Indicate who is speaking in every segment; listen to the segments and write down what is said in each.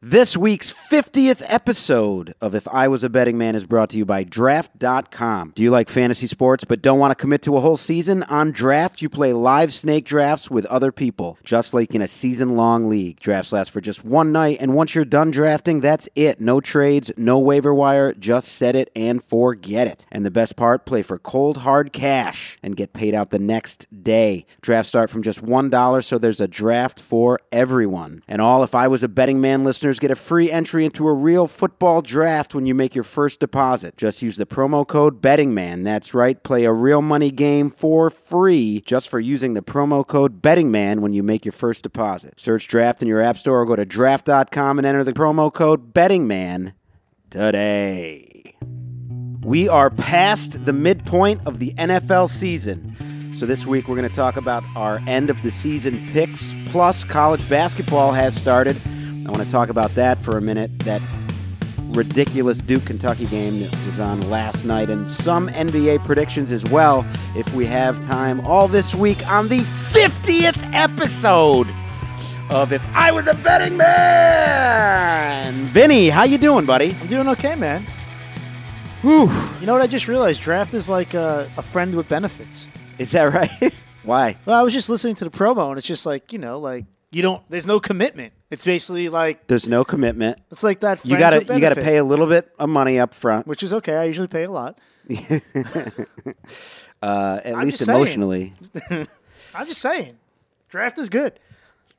Speaker 1: This week's 50th episode of If I Was a Betting Man is brought to you by Draft.com. Do you like fantasy sports but don't want to commit to a whole season? On Draft, you play live snake drafts with other people, just like in a season long league. Drafts last for just one night, and once you're done drafting, that's it. No trades, no waiver wire, just set it and forget it. And the best part, play for cold, hard cash and get paid out the next day. Drafts start from just $1, so there's a draft for everyone. And all If I Was a Betting Man listeners get a free entry into a real football draft when you make your first deposit. Just use the promo code BettingMan. That's right, play a real money game for free just for using the promo code BettingMan when you make your first deposit. Search draft in your app store or go to draft.com and enter the promo code BettingMan today. We are past the midpoint of the NFL season. So this week we're going to talk about our end of the season picks. Plus, college basketball has started. I want to talk about that for a minute. That ridiculous Duke Kentucky game that was on last night, and some NBA predictions as well, if we have time. All this week on the 50th episode of If I Was a Betting Man. Vinny, how you doing, buddy?
Speaker 2: I'm doing okay, man.
Speaker 1: Whew.
Speaker 2: You know what I just realized? Draft is like a, a friend with benefits.
Speaker 1: Is that right? Why?
Speaker 2: Well, I was just listening to the promo, and it's just like you know, like you don't. There's no commitment. It's basically like
Speaker 1: There's no commitment.
Speaker 2: it's like that.
Speaker 1: You
Speaker 2: friends
Speaker 1: gotta
Speaker 2: with
Speaker 1: you gotta
Speaker 2: benefit,
Speaker 1: pay a little bit of money up front,
Speaker 2: which is okay. I usually pay a lot.
Speaker 1: uh, at least
Speaker 2: just saying.
Speaker 1: emotionally.
Speaker 2: I'm just saying, draft is good.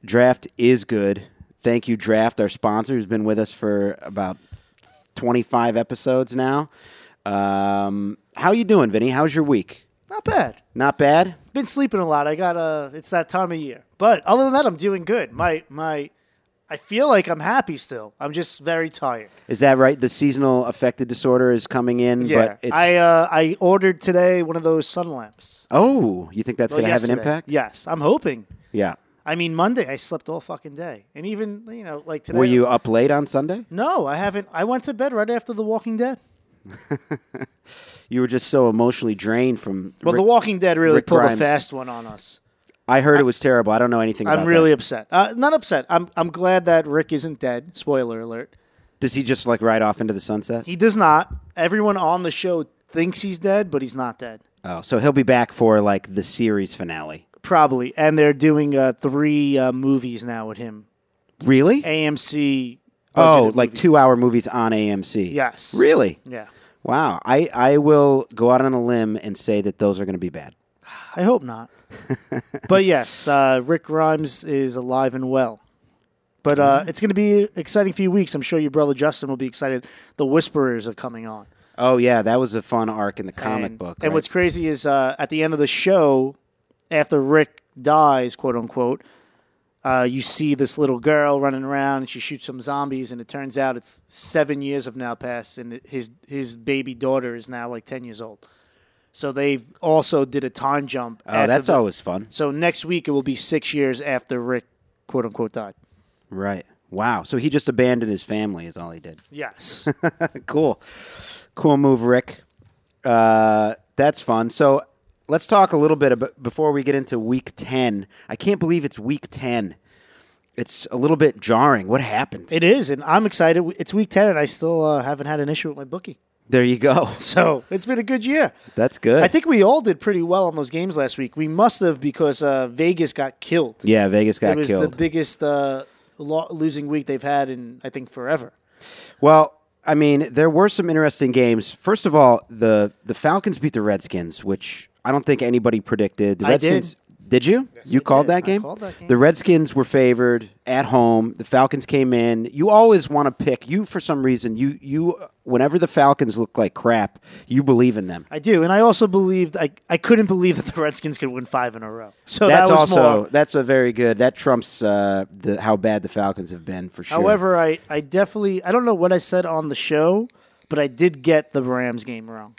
Speaker 1: Draft is good. Thank you, Draft, our sponsor, who's been with us for about 25 episodes now. Um, how you doing, Vinny? How's your week?
Speaker 2: Not bad.
Speaker 1: Not bad.
Speaker 2: Been sleeping a lot. I got a. It's that time of year. But other than that, I'm doing good. My my, I feel like I'm happy still. I'm just very tired.
Speaker 1: Is that right? The seasonal affective disorder is coming in,
Speaker 2: Yeah.
Speaker 1: but it's
Speaker 2: I uh, I ordered today one of those sun lamps.
Speaker 1: oh, you think that's
Speaker 2: Well,
Speaker 1: going to have an
Speaker 2: yesterday.
Speaker 1: impact?
Speaker 2: Yes, I'm hoping.
Speaker 1: Yeah.
Speaker 2: I mean, Monday I slept all fucking day, and even you know, like today.
Speaker 1: Were you up late on Sunday?
Speaker 2: No, I haven't. I went to bed right after The Walking Dead.
Speaker 1: You were just so emotionally drained from.
Speaker 2: Well, The Walking Dead really
Speaker 1: Rick
Speaker 2: pulled
Speaker 1: Grimes.
Speaker 2: a fast one on us.
Speaker 1: I heard it was terrible. I don't know anything.
Speaker 2: I'm
Speaker 1: about
Speaker 2: really
Speaker 1: That.
Speaker 2: upset. Uh, not upset. I'm I'm glad that Rick isn't dead. Spoiler alert.
Speaker 1: Does he just like ride off into the sunset?
Speaker 2: He does not. Everyone on the show thinks he's dead, but he's not dead.
Speaker 1: Oh, so he'll be back for like the series finale.
Speaker 2: Probably. And they're doing uh, three uh, movies now with him.
Speaker 1: Really?
Speaker 2: AMC.
Speaker 1: Oh,
Speaker 2: budgeted
Speaker 1: like
Speaker 2: movie.
Speaker 1: two hour movies on AMC.
Speaker 2: Yes.
Speaker 1: Really?
Speaker 2: Yeah.
Speaker 1: Wow. I, I will go out on a limb and say that those are going to be bad.
Speaker 2: I hope not. but yes, uh, Rick Grimes is alive and well. But uh, it's going to be an exciting few weeks. I'm sure your brother Justin will be excited. The Whisperers are coming on.
Speaker 1: Oh, yeah. That was a fun arc in the comic
Speaker 2: and,
Speaker 1: book.
Speaker 2: And
Speaker 1: right?
Speaker 2: what's crazy is uh, at the end of the show, after Rick dies, quote unquote, uh, you see this little girl running around and she shoots some zombies. And it turns out it's seven years have now passed, and his his baby daughter is now like ten years old. So they've also did a time jump.
Speaker 1: Oh, that's
Speaker 2: all.
Speaker 1: always fun.
Speaker 2: So next week it will be six years after Rick, quote unquote, died.
Speaker 1: Right. Wow. So he just abandoned his family, is all he did.
Speaker 2: Yes.
Speaker 1: cool. Cool move, Rick. Uh, that's fun. So let's talk a little bit about before we get into week 10. I can't believe it's week 10. It's a little bit jarring. What happened?
Speaker 2: it is, and I'm excited. It's week ten, and I still uh, haven't had an issue with my bookie.
Speaker 1: there you go.
Speaker 2: So it's been a good year.
Speaker 1: That's good.
Speaker 2: I think we all did pretty well on those games last week. We must have because uh, Vegas got killed.
Speaker 1: yeah, Vegas
Speaker 2: it
Speaker 1: got
Speaker 2: was
Speaker 1: killed.
Speaker 2: the biggest uh, lo- losing week they've had in I think forever.
Speaker 1: Well, I mean, there were some interesting games. First of all, the the Falcons beat the Redskins, which I don't think anybody predicted. The
Speaker 2: I did.
Speaker 1: Redskins did you? you called
Speaker 2: did.
Speaker 1: that
Speaker 2: I
Speaker 1: game?
Speaker 2: called that game.
Speaker 1: The Redskins were favored at home. The Falcons came in. You always want to pick. You for some reason, you you whenever the Falcons look like crap, you believe in them.
Speaker 2: I do, and I also believed I, I couldn't believe that the Redskins could win five in a row. So
Speaker 1: that's
Speaker 2: that was
Speaker 1: also
Speaker 2: more.
Speaker 1: that's a very good. That trumps uh, the, how bad the Falcons have been for sure.
Speaker 2: However, I, I definitely I don't know what I said on the show, but I did get the Rams game wrong.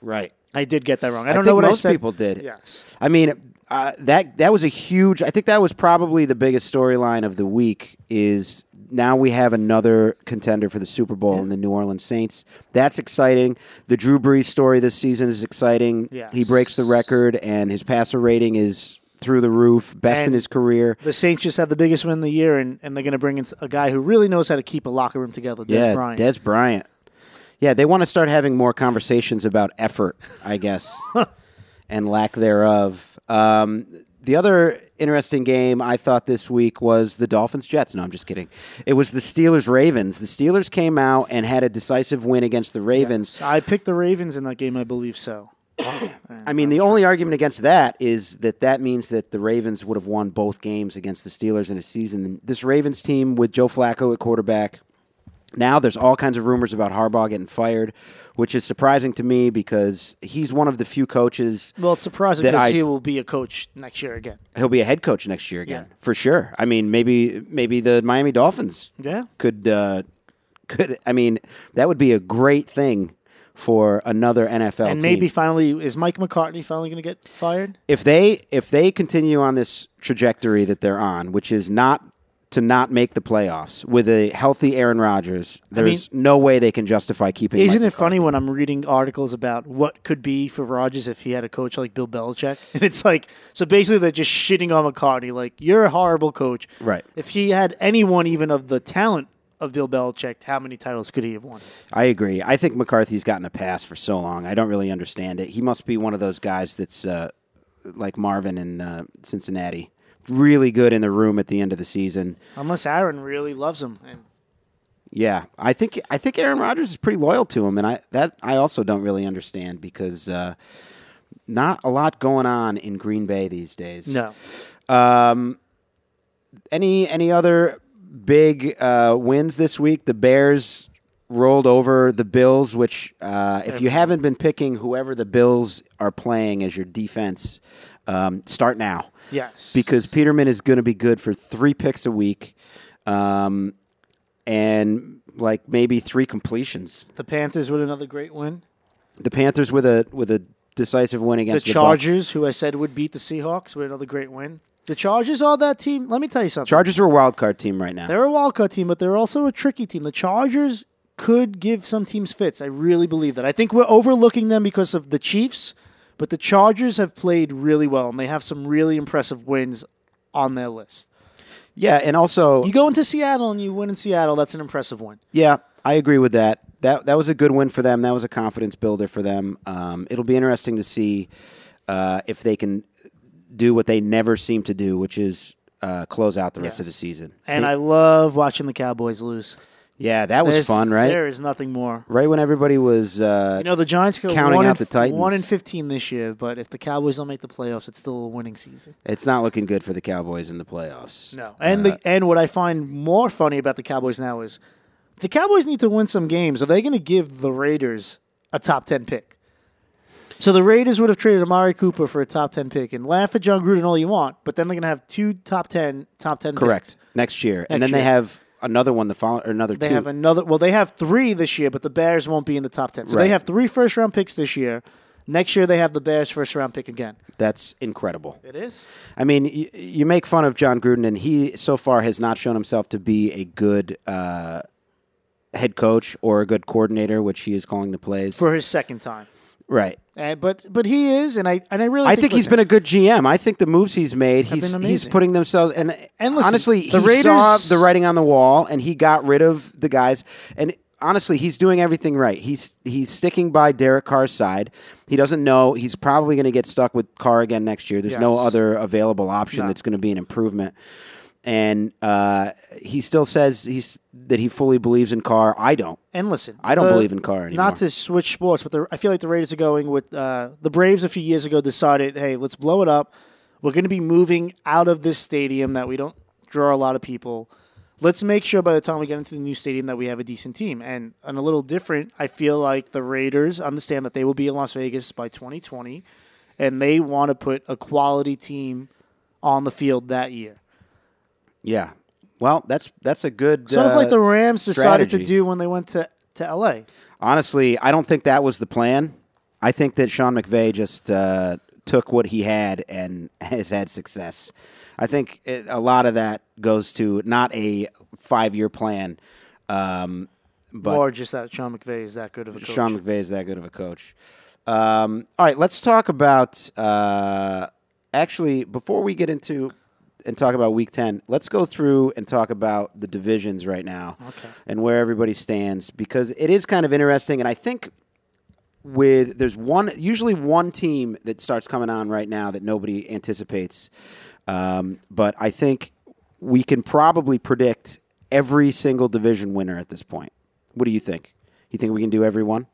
Speaker 1: right.
Speaker 2: I did get that wrong. I
Speaker 1: I
Speaker 2: don't
Speaker 1: think
Speaker 2: know what
Speaker 1: most
Speaker 2: I said.
Speaker 1: people did.
Speaker 2: Yes.
Speaker 1: I mean, uh, that that was a huge. I think that was probably the biggest storyline of the week. Is now we have another contender for the Super Bowl in the New Orleans Saints. That's exciting. The Drew Brees story this season is exciting.
Speaker 2: Yes.
Speaker 1: He breaks the record, and his passer rating is through the roof, best in
Speaker 2: And-
Speaker 1: his career.
Speaker 2: The Saints just had the biggest win of the year, and, and they're going to bring in s- a guy who really knows how to keep a locker room together. Des
Speaker 1: yeah,
Speaker 2: Bryant.
Speaker 1: Des Bryant. Yeah, they want to start having more conversations about effort, I guess, and lack thereof. Um, the other interesting game I thought this week was the Dolphins Jets. No, I'm just kidding. It was the Steelers Ravens. The Steelers came out and had a decisive win against the Ravens.
Speaker 2: I picked the Ravens in that game, I believe so.
Speaker 1: I mean, the only argument against that is that that means that the Ravens would have won both games against the Steelers in a season. This Ravens team with Joe Flacco at quarterback. Now there's all kinds of rumors about Harbaugh getting fired, which is surprising to me because he's one of the few coaches.
Speaker 2: Well, it's surprising
Speaker 1: That
Speaker 2: because
Speaker 1: I-
Speaker 2: he will be a coach next year again.
Speaker 1: He'll be a head coach next year again for sure. I mean, maybe maybe the Miami Dolphins
Speaker 2: Yeah.
Speaker 1: could uh, could. I mean, that would be a great thing for another NFL
Speaker 2: And
Speaker 1: team.
Speaker 2: maybe finally, is Mike McCartney finally going to get fired?
Speaker 1: if they if they continue on this trajectory that they're on, which is not to not make the playoffs with a healthy Aaron Rodgers, there's no way they can justify keeping.
Speaker 2: Isn't
Speaker 1: Mike
Speaker 2: it funny when I'm reading articles about what could be for Rodgers if he had a coach like Bill Belichick? And it's like, so basically they're just shitting on McCartney. Like, you're a horrible coach.
Speaker 1: Right.
Speaker 2: If he had anyone even of the talent of Bill Belichick, how many titles could he have won?
Speaker 1: I agree. I think McCarthy's gotten a pass for so long. I don't really understand it. He must be one of those guys that's uh, like Marvin in uh, Cincinnati, really good in the room at the end of the season.
Speaker 2: Unless Aaron really loves him. And
Speaker 1: Yeah, I think I think Aaron Rodgers is pretty loyal to him, and I that I also don't really understand because uh, not a lot going on in Green Bay these days.
Speaker 2: no.
Speaker 1: Any any other big uh, wins this week? The Bears rolled over the Bills, which uh, if you haven't been picking whoever the Bills are playing as your defense, um, start now
Speaker 2: Yes.
Speaker 1: because Peterman is going to be good for three picks a week. Um, and like maybe three completions.
Speaker 2: the Panthers with another great win.
Speaker 1: The Panthers with a with a decisive win
Speaker 2: The
Speaker 1: against the, Bucs.
Speaker 2: Chargers, who I said would beat the Seahawks, with another great win. The Chargers are that team. Let me tell you something.
Speaker 1: Chargers are a wild card team right now.
Speaker 2: They're a wild card team, but they're also a tricky team. The Chargers could give some teams fits. I really believe that. I think we're overlooking them because of the Chiefs, but the Chargers have played really well and they have some really impressive wins on their list.
Speaker 1: yeah, and also
Speaker 2: You go into Seattle and you win in Seattle, that's an impressive win.
Speaker 1: yeah, I agree with that. That that was a good win for them. That was a confidence builder for them. Um, it'll be interesting to see uh, if they can do what they never seem to do, which is uh, close out the rest of the season.
Speaker 2: And
Speaker 1: They-
Speaker 2: I love watching the Cowboys lose.
Speaker 1: yeah, that was
Speaker 2: There's-
Speaker 1: fun, right?
Speaker 2: There is nothing more.
Speaker 1: Right when everybody was uh,
Speaker 2: You know the Giants go
Speaker 1: Counting
Speaker 2: one
Speaker 1: out
Speaker 2: and,
Speaker 1: the Titans.
Speaker 2: one and fifteen this year, but if the Cowboys don't make the playoffs, it's still a winning season.
Speaker 1: It's not looking good for the Cowboys in the playoffs. Uh,
Speaker 2: No. And the and what I find more funny about the Cowboys now is the Cowboys need to win some games. Are they going to give the Raiders a top 10 pick? So the Raiders would have traded Amari Cooper for a top 10 pick and laugh at John Gruden all you want, but then they're going to have two top 10 top 10
Speaker 1: Correct.
Speaker 2: picks.
Speaker 1: Next year, and then
Speaker 2: Next
Speaker 1: they
Speaker 2: year.
Speaker 1: have another one the following, or another
Speaker 2: They
Speaker 1: two.
Speaker 2: have another well they have 3 this year, but the Bears won't be in the top 10. So
Speaker 1: Right.
Speaker 2: they have three first round picks this year. Next year they have the Bears first round pick again.
Speaker 1: That's incredible.
Speaker 2: It is.
Speaker 1: I mean, y- you make fun of John Gruden, and he so far has not shown himself to be a good uh, head coach or a good coordinator, which he is calling the plays.
Speaker 2: For his second time.
Speaker 1: right.
Speaker 2: And, but but he is and I and I really
Speaker 1: I
Speaker 2: think
Speaker 1: think he's
Speaker 2: listen,
Speaker 1: been a good GM. I think the moves he's made, he's
Speaker 2: been
Speaker 1: he's
Speaker 2: amazing.
Speaker 1: putting themselves and,
Speaker 2: And listen,
Speaker 1: honestly,
Speaker 2: the
Speaker 1: he saw
Speaker 2: Raiders-
Speaker 1: the writing on the wall, and he got rid of the guys. And honestly, he's doing everything right. He's he's sticking by Derek Carr's side. He doesn't know he's probably going to get stuck with Carr again next year. There's no
Speaker 2: Yes.
Speaker 1: other available option that's going to be an improvement. And uh, he still says he's that he fully believes in Carr. I don't.
Speaker 2: And listen,
Speaker 1: I don't
Speaker 2: the-
Speaker 1: believe in Carr anymore.
Speaker 2: Not to switch sports, but the, I feel like the Raiders are going with uh, the Braves. A few years ago, decided, hey, let's blow it up. We're going to be moving out of this stadium that we don't draw a lot of people. Let's make sure by the time we get into the new stadium that we have a decent team. And and a little different, I feel like the Raiders understand that they will be in Las Vegas by 2020, and they want to put a quality team on the field that year.
Speaker 1: Yeah. Well, that's that's a good
Speaker 2: Sort of like
Speaker 1: uh,
Speaker 2: the Rams decided to
Speaker 1: strategy.
Speaker 2: do when they went to, to LA.
Speaker 1: Honestly, I don't think that was the plan. I think that Sean McVay just uh, took what he had and has had success. I think it, a lot of that goes to not a five-year plan, um, but
Speaker 2: or just that Sean McVay is that good of a coach.
Speaker 1: Sean McVay is that good of a coach. Um, all right, let's talk about uh, actually, before we get into and talk about Week Ten, let's go through and talk about the divisions right now
Speaker 2: Okay.
Speaker 1: and where everybody stands because it is kind of interesting. And I think with there's one usually one team that starts coming on right now that nobody anticipates, um, but I think we can probably predict every single division winner at this point. What do you think? You think we can do every one?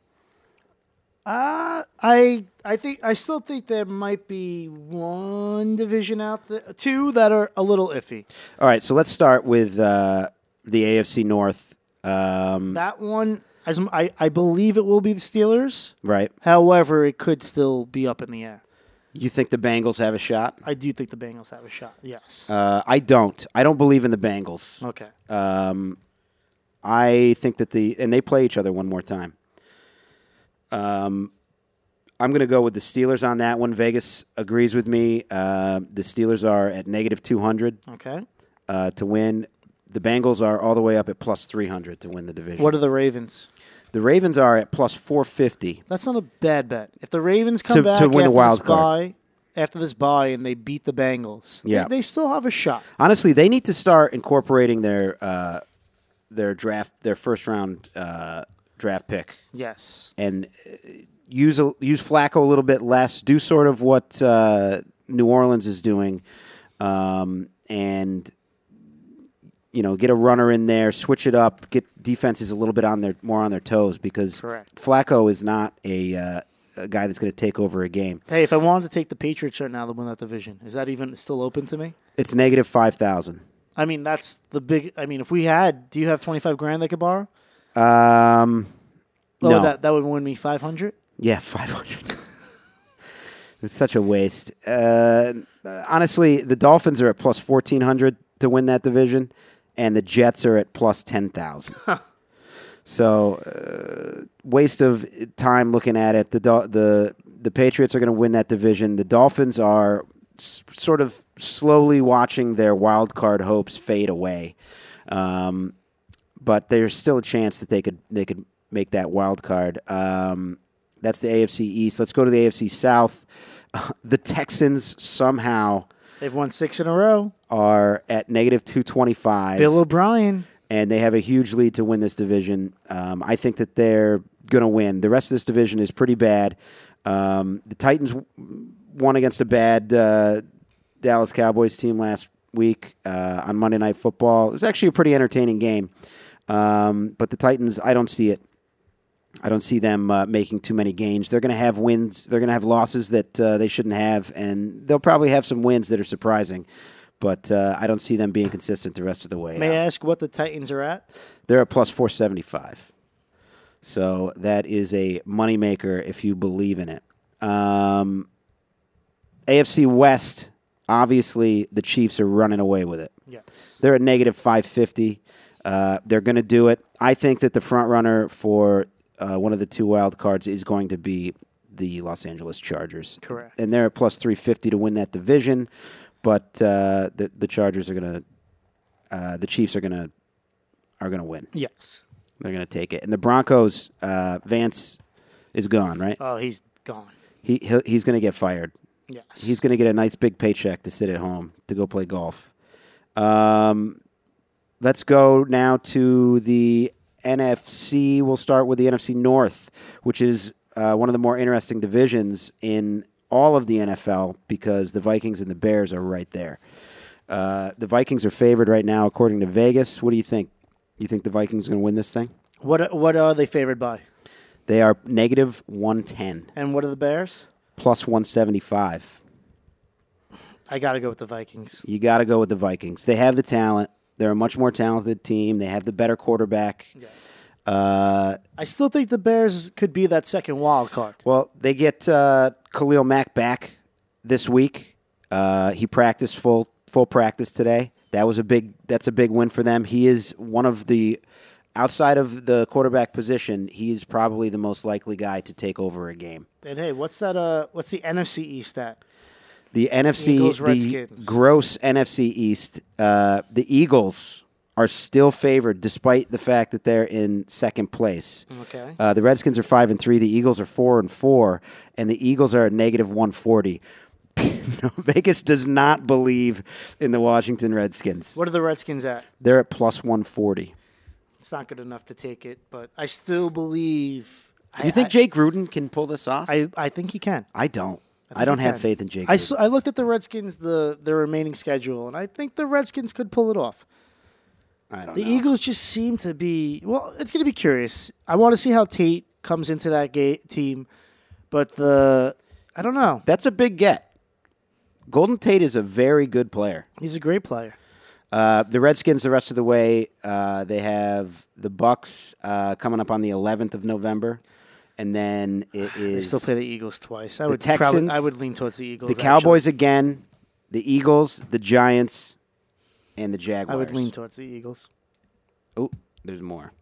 Speaker 2: Uh, I I think I still think there might be one division out there, two that are a little iffy.
Speaker 1: All right, so let's start with uh, the AFC North, um,
Speaker 2: That one, as m- I I believe it will be the Steelers.
Speaker 1: right?
Speaker 2: However, it could still be up in the air.
Speaker 1: You think the Bengals have a shot?
Speaker 2: I do think the Bengals have a shot. Yes.
Speaker 1: Uh, I don't. I don't believe in the Bengals.
Speaker 2: Okay.
Speaker 1: Um, I think that the and they play each other one more time. Um, I'm going to go with the Steelers on that one. Vegas agrees with me. Uh, the Steelers are at negative 200
Speaker 2: Okay.
Speaker 1: uh, to win. The Bengals are all the way up at plus 300 to win the division.
Speaker 2: What are the Ravens?
Speaker 1: the Ravens are at plus 450.
Speaker 2: That's not a bad bet. If the Ravens come
Speaker 1: To- to win
Speaker 2: back
Speaker 1: the
Speaker 2: after
Speaker 1: wild
Speaker 2: this
Speaker 1: card.
Speaker 2: bye, after this bye, and they beat the Bengals, they-
Speaker 1: Yeah.
Speaker 2: they, still have a shot.
Speaker 1: Honestly, they need to start incorporating their uh, their draft their first round uh, draft pick
Speaker 2: Yes.
Speaker 1: and uh, use a, use Flacco a little bit less. Do sort of what uh, New Orleans is doing, um, and you know, get a runner in there, switch it up, get defenses a little bit on their more on their toes because
Speaker 2: Correct.
Speaker 1: Flacco is not a, uh, a guy that's going to take over a game.
Speaker 2: Hey, if I wanted to take the Patriots right now to win that division, is that even still open to me?
Speaker 1: It's negative five thousand.
Speaker 2: I mean, that's the big. I mean, if we had, do you have twenty five grand they could borrow?
Speaker 1: Um,
Speaker 2: What
Speaker 1: no,
Speaker 2: would that that would win me five hundred.
Speaker 1: Yeah, 500. it's such a waste. Uh, honestly, the Dolphins are at plus 1,400 to win that division, and the Jets are at plus 10,000. so, uh, waste of time looking at it. The, Dol the, the Patriots are going to win that division. The Dolphins are s- sort of slowly watching their wild card hopes fade away. Um, but there's still a chance that they could they could make that wild card. Um, that's the AFC East. Let's go to the AFC South. The Texans somehow
Speaker 2: They've won six in a row.
Speaker 1: are at negative 225,
Speaker 2: Bill O'Brien.
Speaker 1: and they have a huge lead to win this division. Um, I think that they're going to win. The rest of this division is pretty bad. Um, the Titans w- won against a bad uh, Dallas Cowboys team last week uh, on Monday Night Football. It was actually a pretty entertaining game, um, but the Titans, I don't see it. I don't see them uh, making too many gains. They're going to have wins. They're going to have losses that uh, they shouldn't have, and they'll probably have some wins that are surprising. But uh, I don't see them being consistent the rest of the way.
Speaker 2: May
Speaker 1: out.
Speaker 2: I ask what the Titans are at?
Speaker 1: They're at plus 475. So that is a moneymaker if you believe in it. Um, AFC West, obviously, the Chiefs are running away with it.
Speaker 2: Yeah.
Speaker 1: They're at negative 550. Uh, they're going to do it. I think that the front runner for uh, one of the two wild cards is going to be the Los Angeles Chargers.
Speaker 2: Correct.
Speaker 1: And they're at plus 350 to win that division. But uh, the, the Chargers are going to, uh, the Chiefs are going to, are going to win.
Speaker 2: Yes.
Speaker 1: They're going to take it. And the Broncos, uh, Vance is gone, right?
Speaker 2: Oh, he's gone.
Speaker 1: He, he he's going to get fired.
Speaker 2: Yes.
Speaker 1: He's going to get a nice big paycheck to sit at home to go play golf. Um, let's go now to the NFC. We'll start with the NFC North, which is uh, one of the more interesting divisions in all of the NFL because the Vikings and the Bears are right there. Uh, the Vikings are favored right now, according to Vegas. What do you think? You think the Vikings are going to win this thing?
Speaker 2: what what are they favored by?
Speaker 1: They are negative 110,
Speaker 2: And what are the Bears?
Speaker 1: plus 175.
Speaker 2: I got to go with the Vikings.
Speaker 1: You got to go with the Vikings. They have the talent. They're a much more talented team. They have the better quarterback. Uh,
Speaker 2: I still think the Bears could be that second wild card.
Speaker 1: well, they get uh, Khalil Mack back this week. Uh, he practiced full full practice today. That was a big. That's a big win for them. He is one of the outside of the quarterback position. He is probably the most likely guy to take over a game.
Speaker 2: And hey, what's that? Uh, what's the NFC East at?
Speaker 1: The NFC,
Speaker 2: Eagles,
Speaker 1: the
Speaker 2: Redskins.
Speaker 1: gross NFC East. Uh, the Eagles are still favored, despite the fact that they're in second place.
Speaker 2: Okay.
Speaker 1: Uh, the Redskins are five and three. The Eagles are four and four, and the Eagles are at negative one forty. No, Vegas does not believe in the Washington Redskins.
Speaker 2: What are the Redskins at?
Speaker 1: They're at plus 140.
Speaker 2: It's not good enough to take it, but I still believe. I,
Speaker 1: You think
Speaker 2: I,
Speaker 1: Jake Gruden can pull this off? I,
Speaker 2: I, I think he can.
Speaker 1: don't. I don't
Speaker 2: he
Speaker 1: have
Speaker 2: can.
Speaker 1: faith in Jake.
Speaker 2: I,
Speaker 1: Gruden.
Speaker 2: s- I looked at the Redskins the their remaining schedule, and I think the Redskins could pull it off.
Speaker 1: I don't
Speaker 2: The
Speaker 1: know.
Speaker 2: Eagles just seem to be well. It's going to be curious. I want to see how Tate comes into that ga- team, but the I don't know.
Speaker 1: That's a big get. Golden Tate is a very good player.
Speaker 2: He's a great player.
Speaker 1: Uh, the Redskins, the rest of the way, uh, they have the Bucks uh, coming up on the 11th of November, and then it
Speaker 2: They
Speaker 1: is
Speaker 2: still play the Eagles twice. I would probably
Speaker 1: Texans,
Speaker 2: I would lean towards the Eagles.
Speaker 1: the
Speaker 2: actually.
Speaker 1: Cowboys again, the Eagles, the Giants, and the Jaguars.
Speaker 2: I would lean towards the Eagles.
Speaker 1: Oh, there's more,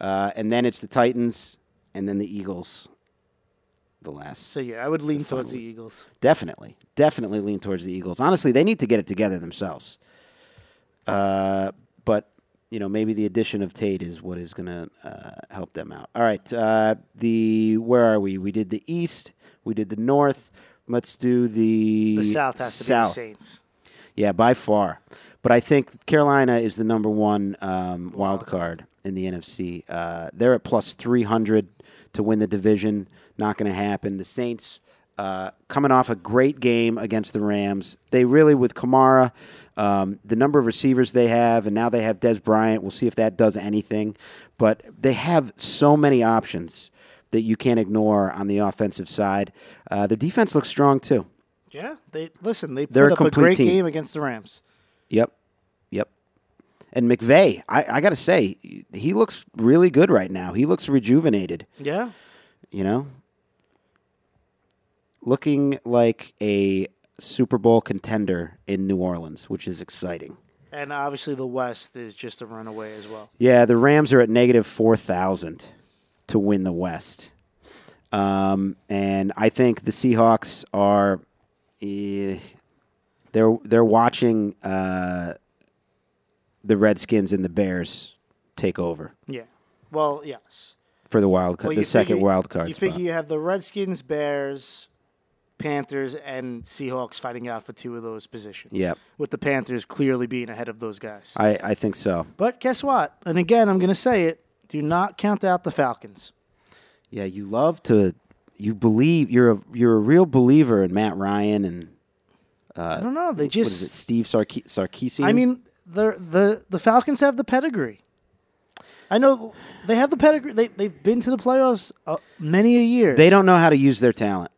Speaker 1: uh, and then it's the Titans, and then the Eagles. The last,
Speaker 2: So yeah, I would lean towards the Eagles.
Speaker 1: definitely, definitely lean towards the Eagles. Honestly, they need to get it together themselves. Uh, but you know, maybe the addition of Tate is what is going to uh, help them out. All right, uh, the where are we? We did the East, we did the North. Let's do the
Speaker 2: The South has to be the
Speaker 1: South.
Speaker 2: Saints.
Speaker 1: Yeah, by far. But I think Carolina is the number one um, wild card in the NFC. Uh, they're at plus 300 to win the division. Not going to happen. The Saints uh, coming off a great game against the Rams. They really, with Kamara, um, the number of receivers they have, and now they have Des Bryant. We'll see if that does anything. But they have so many options that you can't ignore on the offensive side. Uh, the defense looks strong, too.
Speaker 2: Yeah, they listen. They
Speaker 1: They're
Speaker 2: put
Speaker 1: a
Speaker 2: up a
Speaker 1: complete
Speaker 2: great
Speaker 1: team.
Speaker 2: game against the Rams.
Speaker 1: Yep. Yep. And McVeigh, I, I got to say, he looks really good right now. He looks rejuvenated,
Speaker 2: Yeah,
Speaker 1: you know? Looking like a Super Bowl contender in New Orleans, which is exciting.
Speaker 2: and obviously the West is just a runaway as well.
Speaker 1: Yeah, the Rams are at negative 4,000 to win the West. Um, and I think the Seahawks are. eh, they're, they're watching uh, the Redskins and the Bears take over
Speaker 2: Yeah. Well, yes.
Speaker 1: for the wild card,
Speaker 2: Well,
Speaker 1: the
Speaker 2: you
Speaker 1: second
Speaker 2: figure-
Speaker 1: wild card
Speaker 2: You
Speaker 1: spot.
Speaker 2: figure you have the Redskins, Bears, Panthers, and Seahawks fighting out for two of those positions.
Speaker 1: Yep.
Speaker 2: With the Panthers clearly being ahead of those guys.
Speaker 1: I, I think so.
Speaker 2: but guess what? And again, I'm going to say it. Do not count out the Falcons.
Speaker 1: Yeah, you love to, you believe you're a you're a real believer in Matt Ryan and
Speaker 2: I don't know.
Speaker 1: Uh, what
Speaker 2: They
Speaker 1: is it,
Speaker 2: just.
Speaker 1: Steve Sarke- Sarkisian?
Speaker 2: I mean, the the the Falcons have the pedigree. I know they have the pedigree. They they've been to the playoffs uh, many a year.
Speaker 1: They don't know how to use their talent.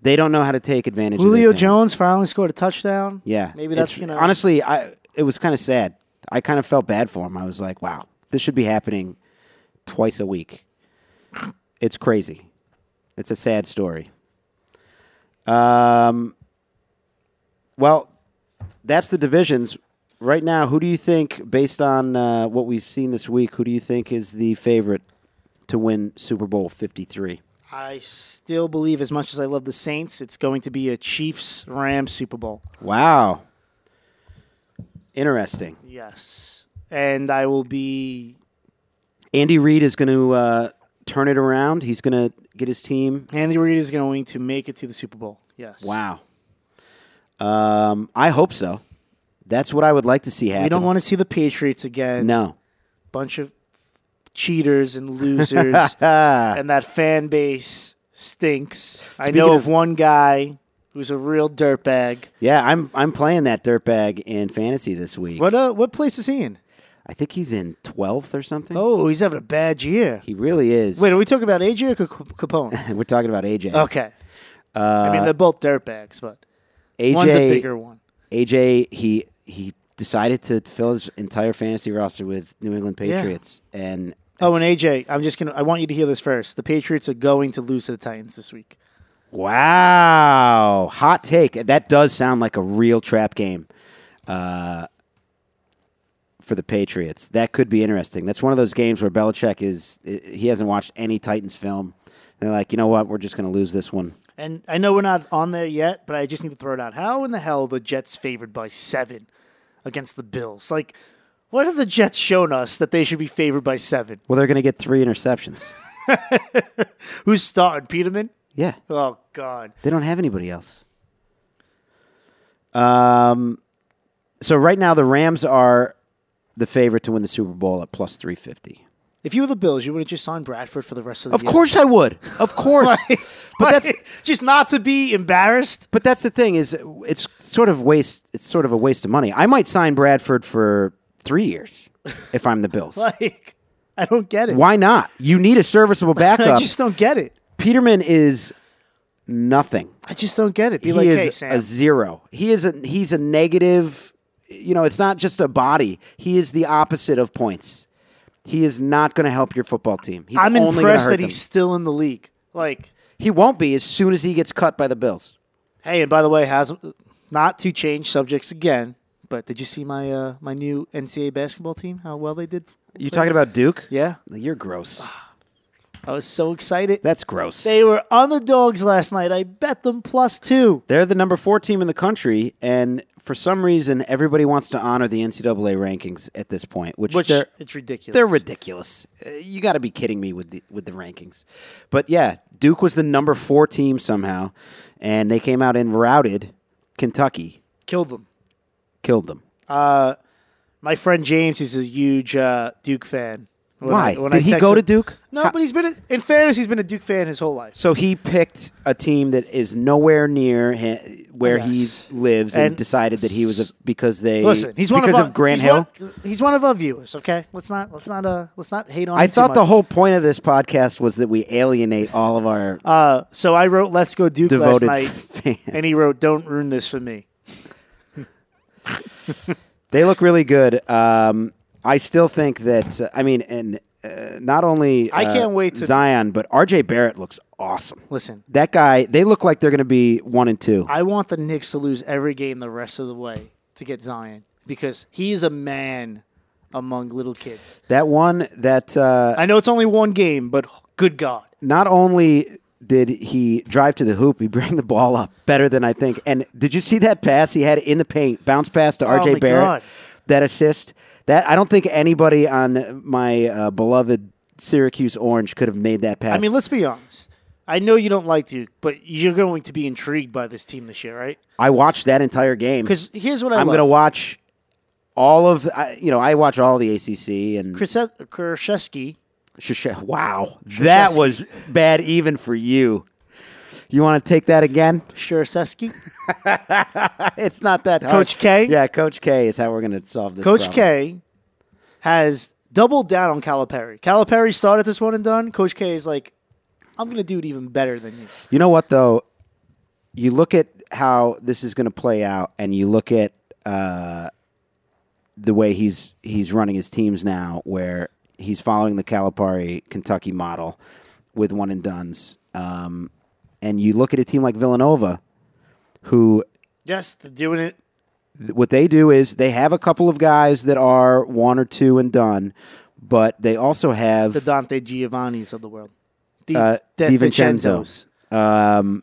Speaker 1: They don't know how to take advantage.
Speaker 2: Julio
Speaker 1: of their talent.
Speaker 2: Jones finally scored a touchdown.
Speaker 1: Yeah,
Speaker 2: Maybe that's
Speaker 1: It's-
Speaker 2: gonna
Speaker 1: honestly. I it was kind of sad. I kind of felt bad for him. I was like, wow, this should be happening twice a week. It's crazy. It's a sad story. Um. Well, that's the divisions. Right now, who do you think, based on uh, what we've seen this week, who do you think is the favorite to win Super Bowl 53?
Speaker 2: I still believe, as much as I love the Saints, it's going to be a Chiefs Rams Super Bowl.
Speaker 1: Wow. Interesting.
Speaker 2: Yes. And I will be
Speaker 1: Andy Reid is going to uh, turn it around. He's going to get his team.
Speaker 2: Andy Reid is going to make it to the Super Bowl. Yes.
Speaker 1: Wow. Um, I hope so. That's what I would like to see happen.
Speaker 2: We don't want to see the Patriots again.
Speaker 1: no.
Speaker 2: Bunch of cheaters and losers, and that fan base stinks. I
Speaker 1: Speaking
Speaker 2: know
Speaker 1: of-
Speaker 2: of one guy who's a real dirtbag.
Speaker 1: Yeah, I'm I'm playing that dirtbag in fantasy this week.
Speaker 2: What uh, what place is he in?
Speaker 1: I think he's in 12th or something.
Speaker 2: Oh, he's having a bad year.
Speaker 1: He really is.
Speaker 2: Wait, Oh, are we talking about AJ or Cap- Capone?
Speaker 1: We're talking about AJ.
Speaker 2: Okay. I mean, they're both dirtbags, but
Speaker 1: AJ
Speaker 2: one's Uh, a bigger one.
Speaker 1: AJ he he decided to fill his entire fantasy roster with New England
Speaker 2: Yeah.
Speaker 1: Patriots and
Speaker 2: Oh, and AJ, I'm just gonna. I want you to hear this first. The Patriots are going to lose to the Titans this week.
Speaker 1: Wow. Hot take. That does sound like a real trap game uh, for the Patriots. That could be interesting. That's one of those games where Belichick is, he hasn't watched any Titans film. They're like, you know what? We're just going to lose this one.
Speaker 2: And I know we're not on there yet, but I just need to throw it out. How in the hell the Jets favored by seven against the Bills? Like, what have the Jets shown us that they should be favored by seven?
Speaker 1: Well, they're going to get three interceptions.
Speaker 2: Who's starting Peterman?
Speaker 1: Yeah.
Speaker 2: Oh God,
Speaker 1: They don't have anybody else. Um, so right now the Rams are the favorite to win the Super Bowl at plus three fifty.
Speaker 2: If you were the Bills, you would have just signed Bradford for the rest of the
Speaker 1: Of
Speaker 2: year.
Speaker 1: course I would. Of course. but that's
Speaker 2: just not to be embarrassed.
Speaker 1: but that's the thing is it's sort of waste. It's sort of a waste of money. I might sign Bradford for three years if I'm the Bills.
Speaker 2: Like, I don't get it.
Speaker 1: Why not? You need a serviceable
Speaker 2: I
Speaker 1: backup.
Speaker 2: just don't get it.
Speaker 1: Peterman is nothing.
Speaker 2: I just don't get it. Be
Speaker 1: He
Speaker 2: like,
Speaker 1: is
Speaker 2: hey, Sam.
Speaker 1: a zero. He is a he's a negative. You know, it's not just a body. He is the opposite of points. He is not going to help your football team. He's
Speaker 2: I'm
Speaker 1: only gonna
Speaker 2: impressed
Speaker 1: hurt
Speaker 2: that
Speaker 1: them.
Speaker 2: he's still in the league. Like,
Speaker 1: He won't be as soon as he gets cut by the Bills.
Speaker 2: hey, and by the way, has not to change subjects again, but did you see my uh, my new NCAA basketball team? How well they did?
Speaker 1: You talking about Duke?
Speaker 2: Yeah,
Speaker 1: You're gross.
Speaker 2: I was so excited.
Speaker 1: That's gross.
Speaker 2: They were underdogs last night. I bet them plus two.
Speaker 1: They're the number four team in the country, and for some reason, everybody wants to honor the NCAA rankings at this point, which,
Speaker 2: Which
Speaker 1: they're
Speaker 2: it's ridiculous.
Speaker 1: they're ridiculous. Uh, You got to be kidding me with the with the rankings. But yeah, Duke was the number four team somehow, and they came out and routed Kentucky,
Speaker 2: killed them.
Speaker 1: killed them.
Speaker 2: My friend James is a huge uh, Duke fan. When
Speaker 1: Why
Speaker 2: I- when I
Speaker 1: did he
Speaker 2: text
Speaker 1: go
Speaker 2: him-
Speaker 1: to Duke?
Speaker 2: No, but he's been a, in fairness, he's been a Duke fan his whole life.
Speaker 1: So he picked a team that is nowhere near ha- where
Speaker 2: Yes.
Speaker 1: he lives, and,
Speaker 2: And-
Speaker 1: decided that he was a, because they
Speaker 2: Listen, he's one
Speaker 1: because
Speaker 2: of, our,
Speaker 1: of Grant
Speaker 2: he's
Speaker 1: Hill.
Speaker 2: One, he's one of our viewers. Okay, let's not let's not uh let's not hate on.
Speaker 1: I
Speaker 2: him too
Speaker 1: thought the
Speaker 2: much.
Speaker 1: whole point of this podcast was that we alienate all of our
Speaker 2: Uh, so I wrote "Let's Go Duke"
Speaker 1: devoted
Speaker 2: last night,
Speaker 1: fans.
Speaker 2: and he wrote "Don't ruin this for me."
Speaker 1: They look really good. Um, I still think that uh, I mean, and uh, not only
Speaker 2: I
Speaker 1: uh,
Speaker 2: can't wait to-
Speaker 1: Zion, but RJ Barrett looks awesome.
Speaker 2: Listen,
Speaker 1: That guy, they look like they're going to be one and two.
Speaker 2: I want the Knicks to lose every game the rest of the way to get Zion because he is a man among little kids.
Speaker 1: that one that uh,
Speaker 2: I know it's only one game, but good God,
Speaker 1: not only did he drive to the hoop, he bring the ball up better than I think. And did you see that pass he had in the paint, bounce pass to RJ
Speaker 2: Oh my
Speaker 1: Barrett?
Speaker 2: God.
Speaker 1: That assist. That I don't think anybody on my uh, beloved Syracuse Orange could have made that pass.
Speaker 2: I mean, let's be honest. I know you don't like Duke, but you're going to be intrigued by this team this year, right?
Speaker 1: I watched that entire game.
Speaker 2: Because here's what I
Speaker 1: I'm
Speaker 2: love.
Speaker 1: going to watch all of I, you know. I watch all the ACC and
Speaker 2: Chris Krzyzewski,
Speaker 1: Shashe- wow, that was bad even for you. You want to take that again?
Speaker 2: Krzyzewski,
Speaker 1: It's not that hard.
Speaker 2: Coach K?
Speaker 1: Yeah, Coach K is how we're going to solve this.
Speaker 2: Coach
Speaker 1: problem.
Speaker 2: K has doubled down on Calipari. Calipari started this one and done. Coach K is like, I'm going to do it even better than you.
Speaker 1: You know what though? You look at how this is going to play out, and you look at uh, the way he's he's running his teams now, where he's following the Calipari Kentucky model with one and duns. Um, and you look at a team like Villanova, who
Speaker 2: Yes, they're doing it.
Speaker 1: what they do is they have a couple of guys that are one or two and done, but they also have
Speaker 2: The Dante Giovannis of the world. Di,
Speaker 1: uh,
Speaker 2: De-
Speaker 1: DiVincenzo. Um,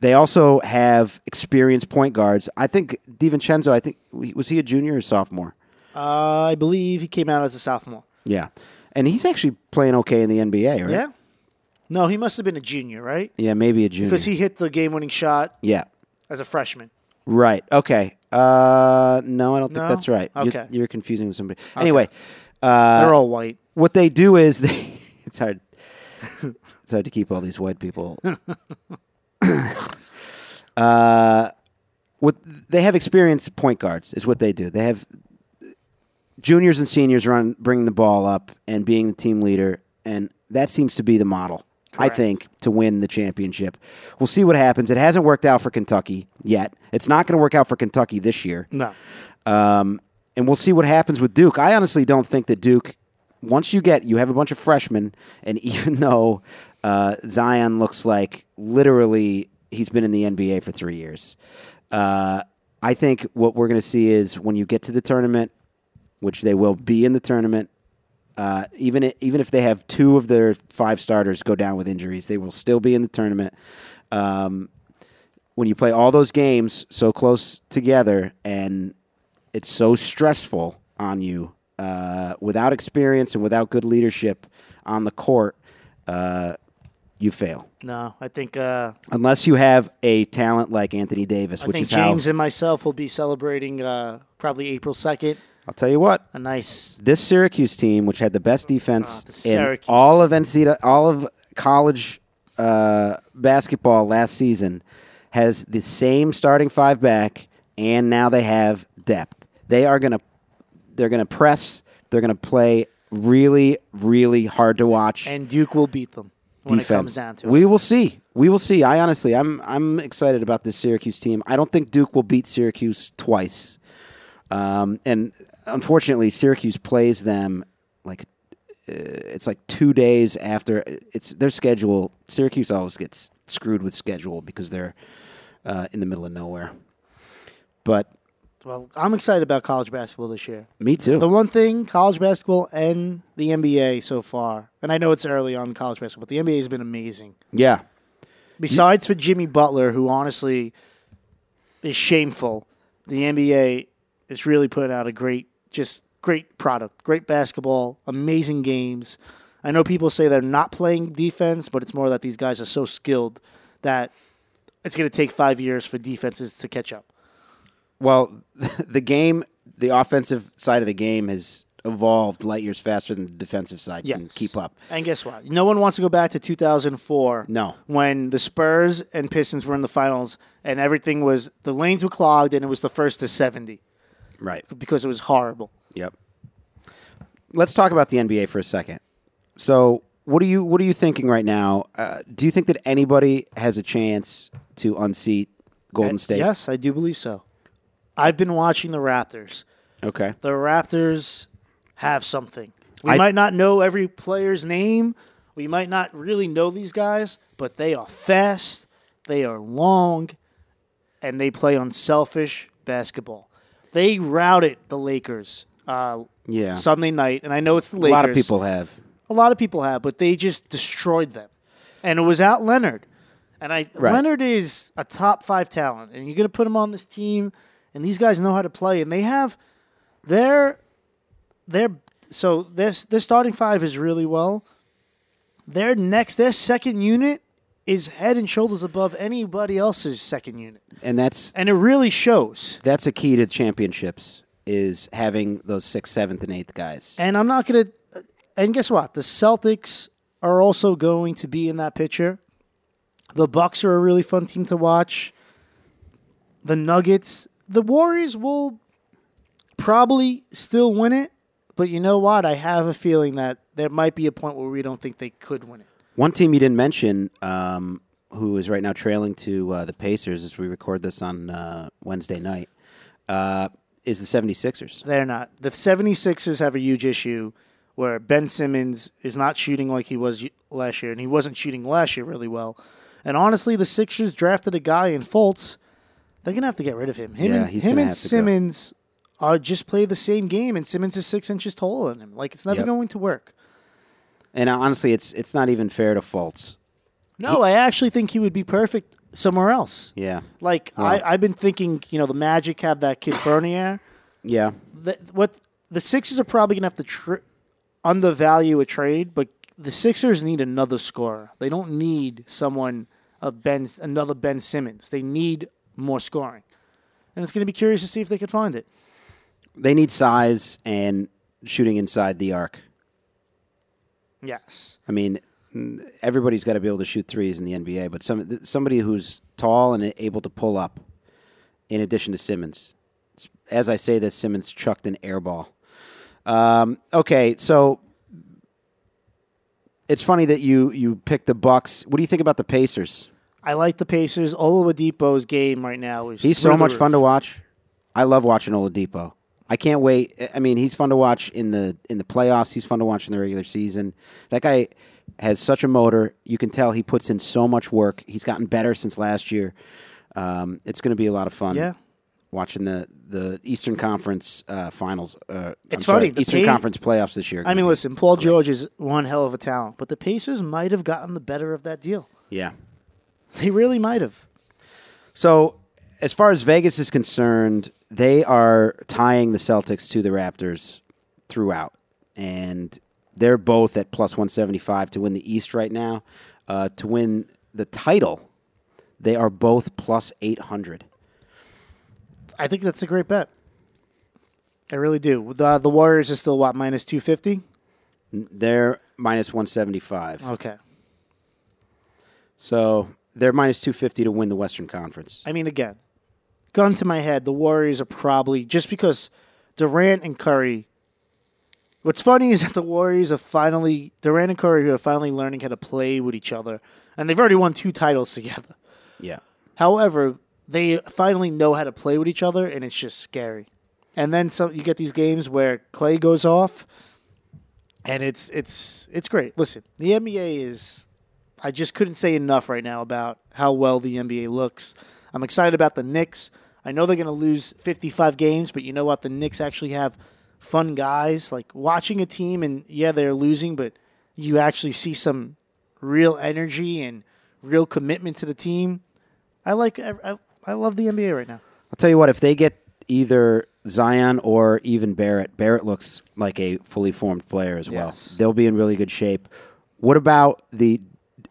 Speaker 1: they also have experienced point guards. I think DiVincenzo, I think, was he a junior or sophomore?
Speaker 2: Uh, I believe he came out as a sophomore.
Speaker 1: Yeah. And he's actually playing okay in the NBA, right?
Speaker 2: Yeah. No, he must have been a junior, right?
Speaker 1: Yeah, maybe a junior.
Speaker 2: Because he hit the game-winning shot
Speaker 1: yeah.
Speaker 2: as a freshman.
Speaker 1: Right. Okay. Uh, no, I don't think
Speaker 2: No?
Speaker 1: that's right. You-
Speaker 2: Okay.
Speaker 1: You're, confusing with somebody. Anyway, uh,
Speaker 2: They're all white.
Speaker 1: what they do is they, it's hard. It's hard to keep all these white people. uh, what they have experienced point guards is what they do. They have juniors and seniors run bringing the ball up and being the team leader, and that seems to be the model. I
Speaker 2: Correct.
Speaker 1: think to win the championship, we'll see what happens. It hasn't worked out for Kentucky yet. It's not going to work out for Kentucky this year.
Speaker 2: No.
Speaker 1: Um, and we'll see what happens with Duke. I honestly don't think that Duke, once you get, you have a bunch of freshmen, and even though uh, Zion looks like literally he's been in the NBA for three years, uh, I think what we're going to see is when you get to the tournament, which they will be in the tournament, uh, even i- even if they have two of their five starters go down with injuries, they will still be in the tournament. Um, when you play all those games so close together and it's so stressful on you uh, without experience and without good leadership on the court, uh, you fail.
Speaker 2: No, I think uh,
Speaker 1: Unless you have a talent like Anthony Davis,
Speaker 2: I
Speaker 1: which
Speaker 2: think
Speaker 1: is how
Speaker 2: James and myself will be celebrating uh, probably April second.
Speaker 1: I'll tell you what.
Speaker 2: A nice
Speaker 1: This Syracuse team, which had the best
Speaker 2: Ah,
Speaker 1: defense
Speaker 2: the
Speaker 1: in
Speaker 2: Syracuse
Speaker 1: all of NCAA, all of college uh, basketball last season, has the same starting five back, and now they have depth. They are gonna, they're gonna press. They're gonna play really, really hard to watch.
Speaker 2: and Duke will beat them when
Speaker 1: defense.
Speaker 2: it comes down to it.
Speaker 1: We will see. We will see. I honestly, I'm I'm excited about this Syracuse team. I don't think Duke will beat Syracuse twice, um, and unfortunately, Syracuse plays them like uh, it's like two days after it's their schedule. Syracuse always gets screwed with schedule because they're uh, in the middle of nowhere. But
Speaker 2: Well, I'm excited about college basketball this year.
Speaker 1: me
Speaker 2: The
Speaker 1: too.
Speaker 2: one thing, college basketball and the NBA so far, and I know it's early on in college basketball, but the NBA has been amazing.
Speaker 1: Yeah,
Speaker 2: Besides for Jimmy Butler, who honestly is shameful, the NBA is really putting out a great, just great product, great basketball, amazing games. I know people say they're not playing defense, but it's more that these guys are so skilled that it's going to take five years for defenses to catch up.
Speaker 1: Well, the game, the offensive side of the game has evolved light years faster than the defensive side can
Speaker 2: Yes.
Speaker 1: keep up.
Speaker 2: And guess what? No one wants to go back to 2004.
Speaker 1: No.
Speaker 2: When the Spurs and Pistons were in the finals and everything was, the lanes were clogged and it was the first to 70
Speaker 1: Right.
Speaker 2: because it was horrible.
Speaker 1: Yep. Let's talk about the NBA for a second. So, what are you what are you thinking right now? Uh, do you think that anybody has a chance to unseat Golden State?
Speaker 2: Uh, Yes, I do believe so. I've been watching the Raptors.
Speaker 1: Okay.
Speaker 2: The Raptors have something. We
Speaker 1: I-
Speaker 2: might not know every player's name. We might not really know these guys, but they are fast, they are long, and they play unselfish basketball. They routed the Lakers uh,
Speaker 1: Yeah.
Speaker 2: Sunday night, and I know it's the Lakers.
Speaker 1: A lot of people have.
Speaker 2: a lot of people have, but they just destroyed them. And it was out Leonard. And I
Speaker 1: Right.
Speaker 2: Leonard is a top five talent, and you're gonna put him on this team, and these guys know how to play, and they have their their so this their starting five is really well. Their next their second unit is head and shoulders above anybody else's second unit.
Speaker 1: And that's
Speaker 2: And it really shows.
Speaker 1: that's a key to championships is having those 6th, 7th and 8th guys.
Speaker 2: And I'm not gonna and guess what? The Celtics are also going to be in that picture. The Bucks are a really fun team to watch. The Nuggets, the Warriors will probably still win it, but you know what? I have a feeling that there might be a point where we don't think they could win it.
Speaker 1: One team you didn't mention, um, who is right now trailing to uh, the Pacers as we record this on uh, Wednesday night, uh, is the 76ers.
Speaker 2: They're not. The 76ers have a huge issue where Ben Simmons is not shooting like he was y- last year, and he wasn't shooting last year really well. And honestly, the Sixers drafted a guy in Fultz. They're gonna have to get rid of him. Him
Speaker 1: Yeah,
Speaker 2: and
Speaker 1: he's
Speaker 2: him
Speaker 1: gonna
Speaker 2: and
Speaker 1: have to go.
Speaker 2: Simmons are just play the same game, and Simmons is six inches taller than him. Like it's never
Speaker 1: Yep.
Speaker 2: going to work.
Speaker 1: And uh, honestly, it's it's not even fair to Fultz.
Speaker 2: No, I actually think he would be perfect somewhere else.
Speaker 1: Yeah,
Speaker 2: Like
Speaker 1: Wow.
Speaker 2: I, I've been thinking, you know, the Magic have that kid Fournier.
Speaker 1: yeah,
Speaker 2: the, what the Sixers are probably gonna have to tr undervalue a trade, but the Sixers need another scorer. They don't need someone a Ben another Ben Simmons. They need more scoring, and it's gonna be curious to see if they could find it.
Speaker 1: they need size and shooting inside the arc.
Speaker 2: Yes,
Speaker 1: I mean, n- everybody's got to be able to shoot threes in the NBA, but some th- somebody who's tall and able to pull up, in addition to Simmons. It's, as I say this, Simmons chucked an air ball. Um, okay, so it's funny that you you picked the Bucks. What do you think about the Pacers?
Speaker 2: I like the Pacers. Oladipo's game right now is
Speaker 1: He's
Speaker 2: through
Speaker 1: so
Speaker 2: the
Speaker 1: much
Speaker 2: roof.
Speaker 1: fun to watch. I love watching Oladipo. I can't wait. I- I mean, he's fun to watch in the in the playoffs. He's fun to watch in the regular season. That guy has such a motor. You can tell he puts in so much work. He's gotten better since last year. Um, it's going to be a lot of fun.
Speaker 2: Yeah.
Speaker 1: Watching the, the Eastern Conference uh, finals, uh,
Speaker 2: It's
Speaker 1: I'm
Speaker 2: funny,
Speaker 1: Sorry,
Speaker 2: the
Speaker 1: Eastern
Speaker 2: pay-
Speaker 1: Conference playoffs this year.
Speaker 2: I mean, listen, Paul George is one hell of a talent, but the Pacers might have gotten the better of that deal.
Speaker 1: yeah.
Speaker 2: They really might have.
Speaker 1: So, as far as Vegas is concerned, they are tying the Celtics to the Raptors throughout, and they're both at plus one seventy five to win the East right now. uh, to win the title. They are both plus 800.
Speaker 2: I think that's a great bet. I really do. The, the Warriors are still what minus two fifty.
Speaker 1: They're minus 175.
Speaker 2: Okay.
Speaker 1: So they're minus 250 to win the Western Conference.
Speaker 2: I mean, again, gun to my head, the Warriors are probably just because Durant and Curry. What's funny is that the Warriors are finally Durant and Curry are finally learning how to play with each other, and they've already won two titles together.
Speaker 1: Yeah.
Speaker 2: However, they finally know how to play with each other, and it's just scary. And then some, you get these games where Clay goes off, and it's it's it's great. Listen, the NBA is. I just couldn't say enough right now about how well the NBA looks. I'm excited about the Knicks. I know they're going to lose 55 games, but you know what? The Knicks actually have fun guys. Like watching a team, and yeah, they're losing, but you actually see some real energy and real commitment to the team. I like. I, I, I love the NBA right now.
Speaker 1: I'll tell you what, if they get either Zion or even Barrett, Barrett looks like a fully formed player as well.
Speaker 2: Yes.
Speaker 1: They'll be in really good shape. What about the?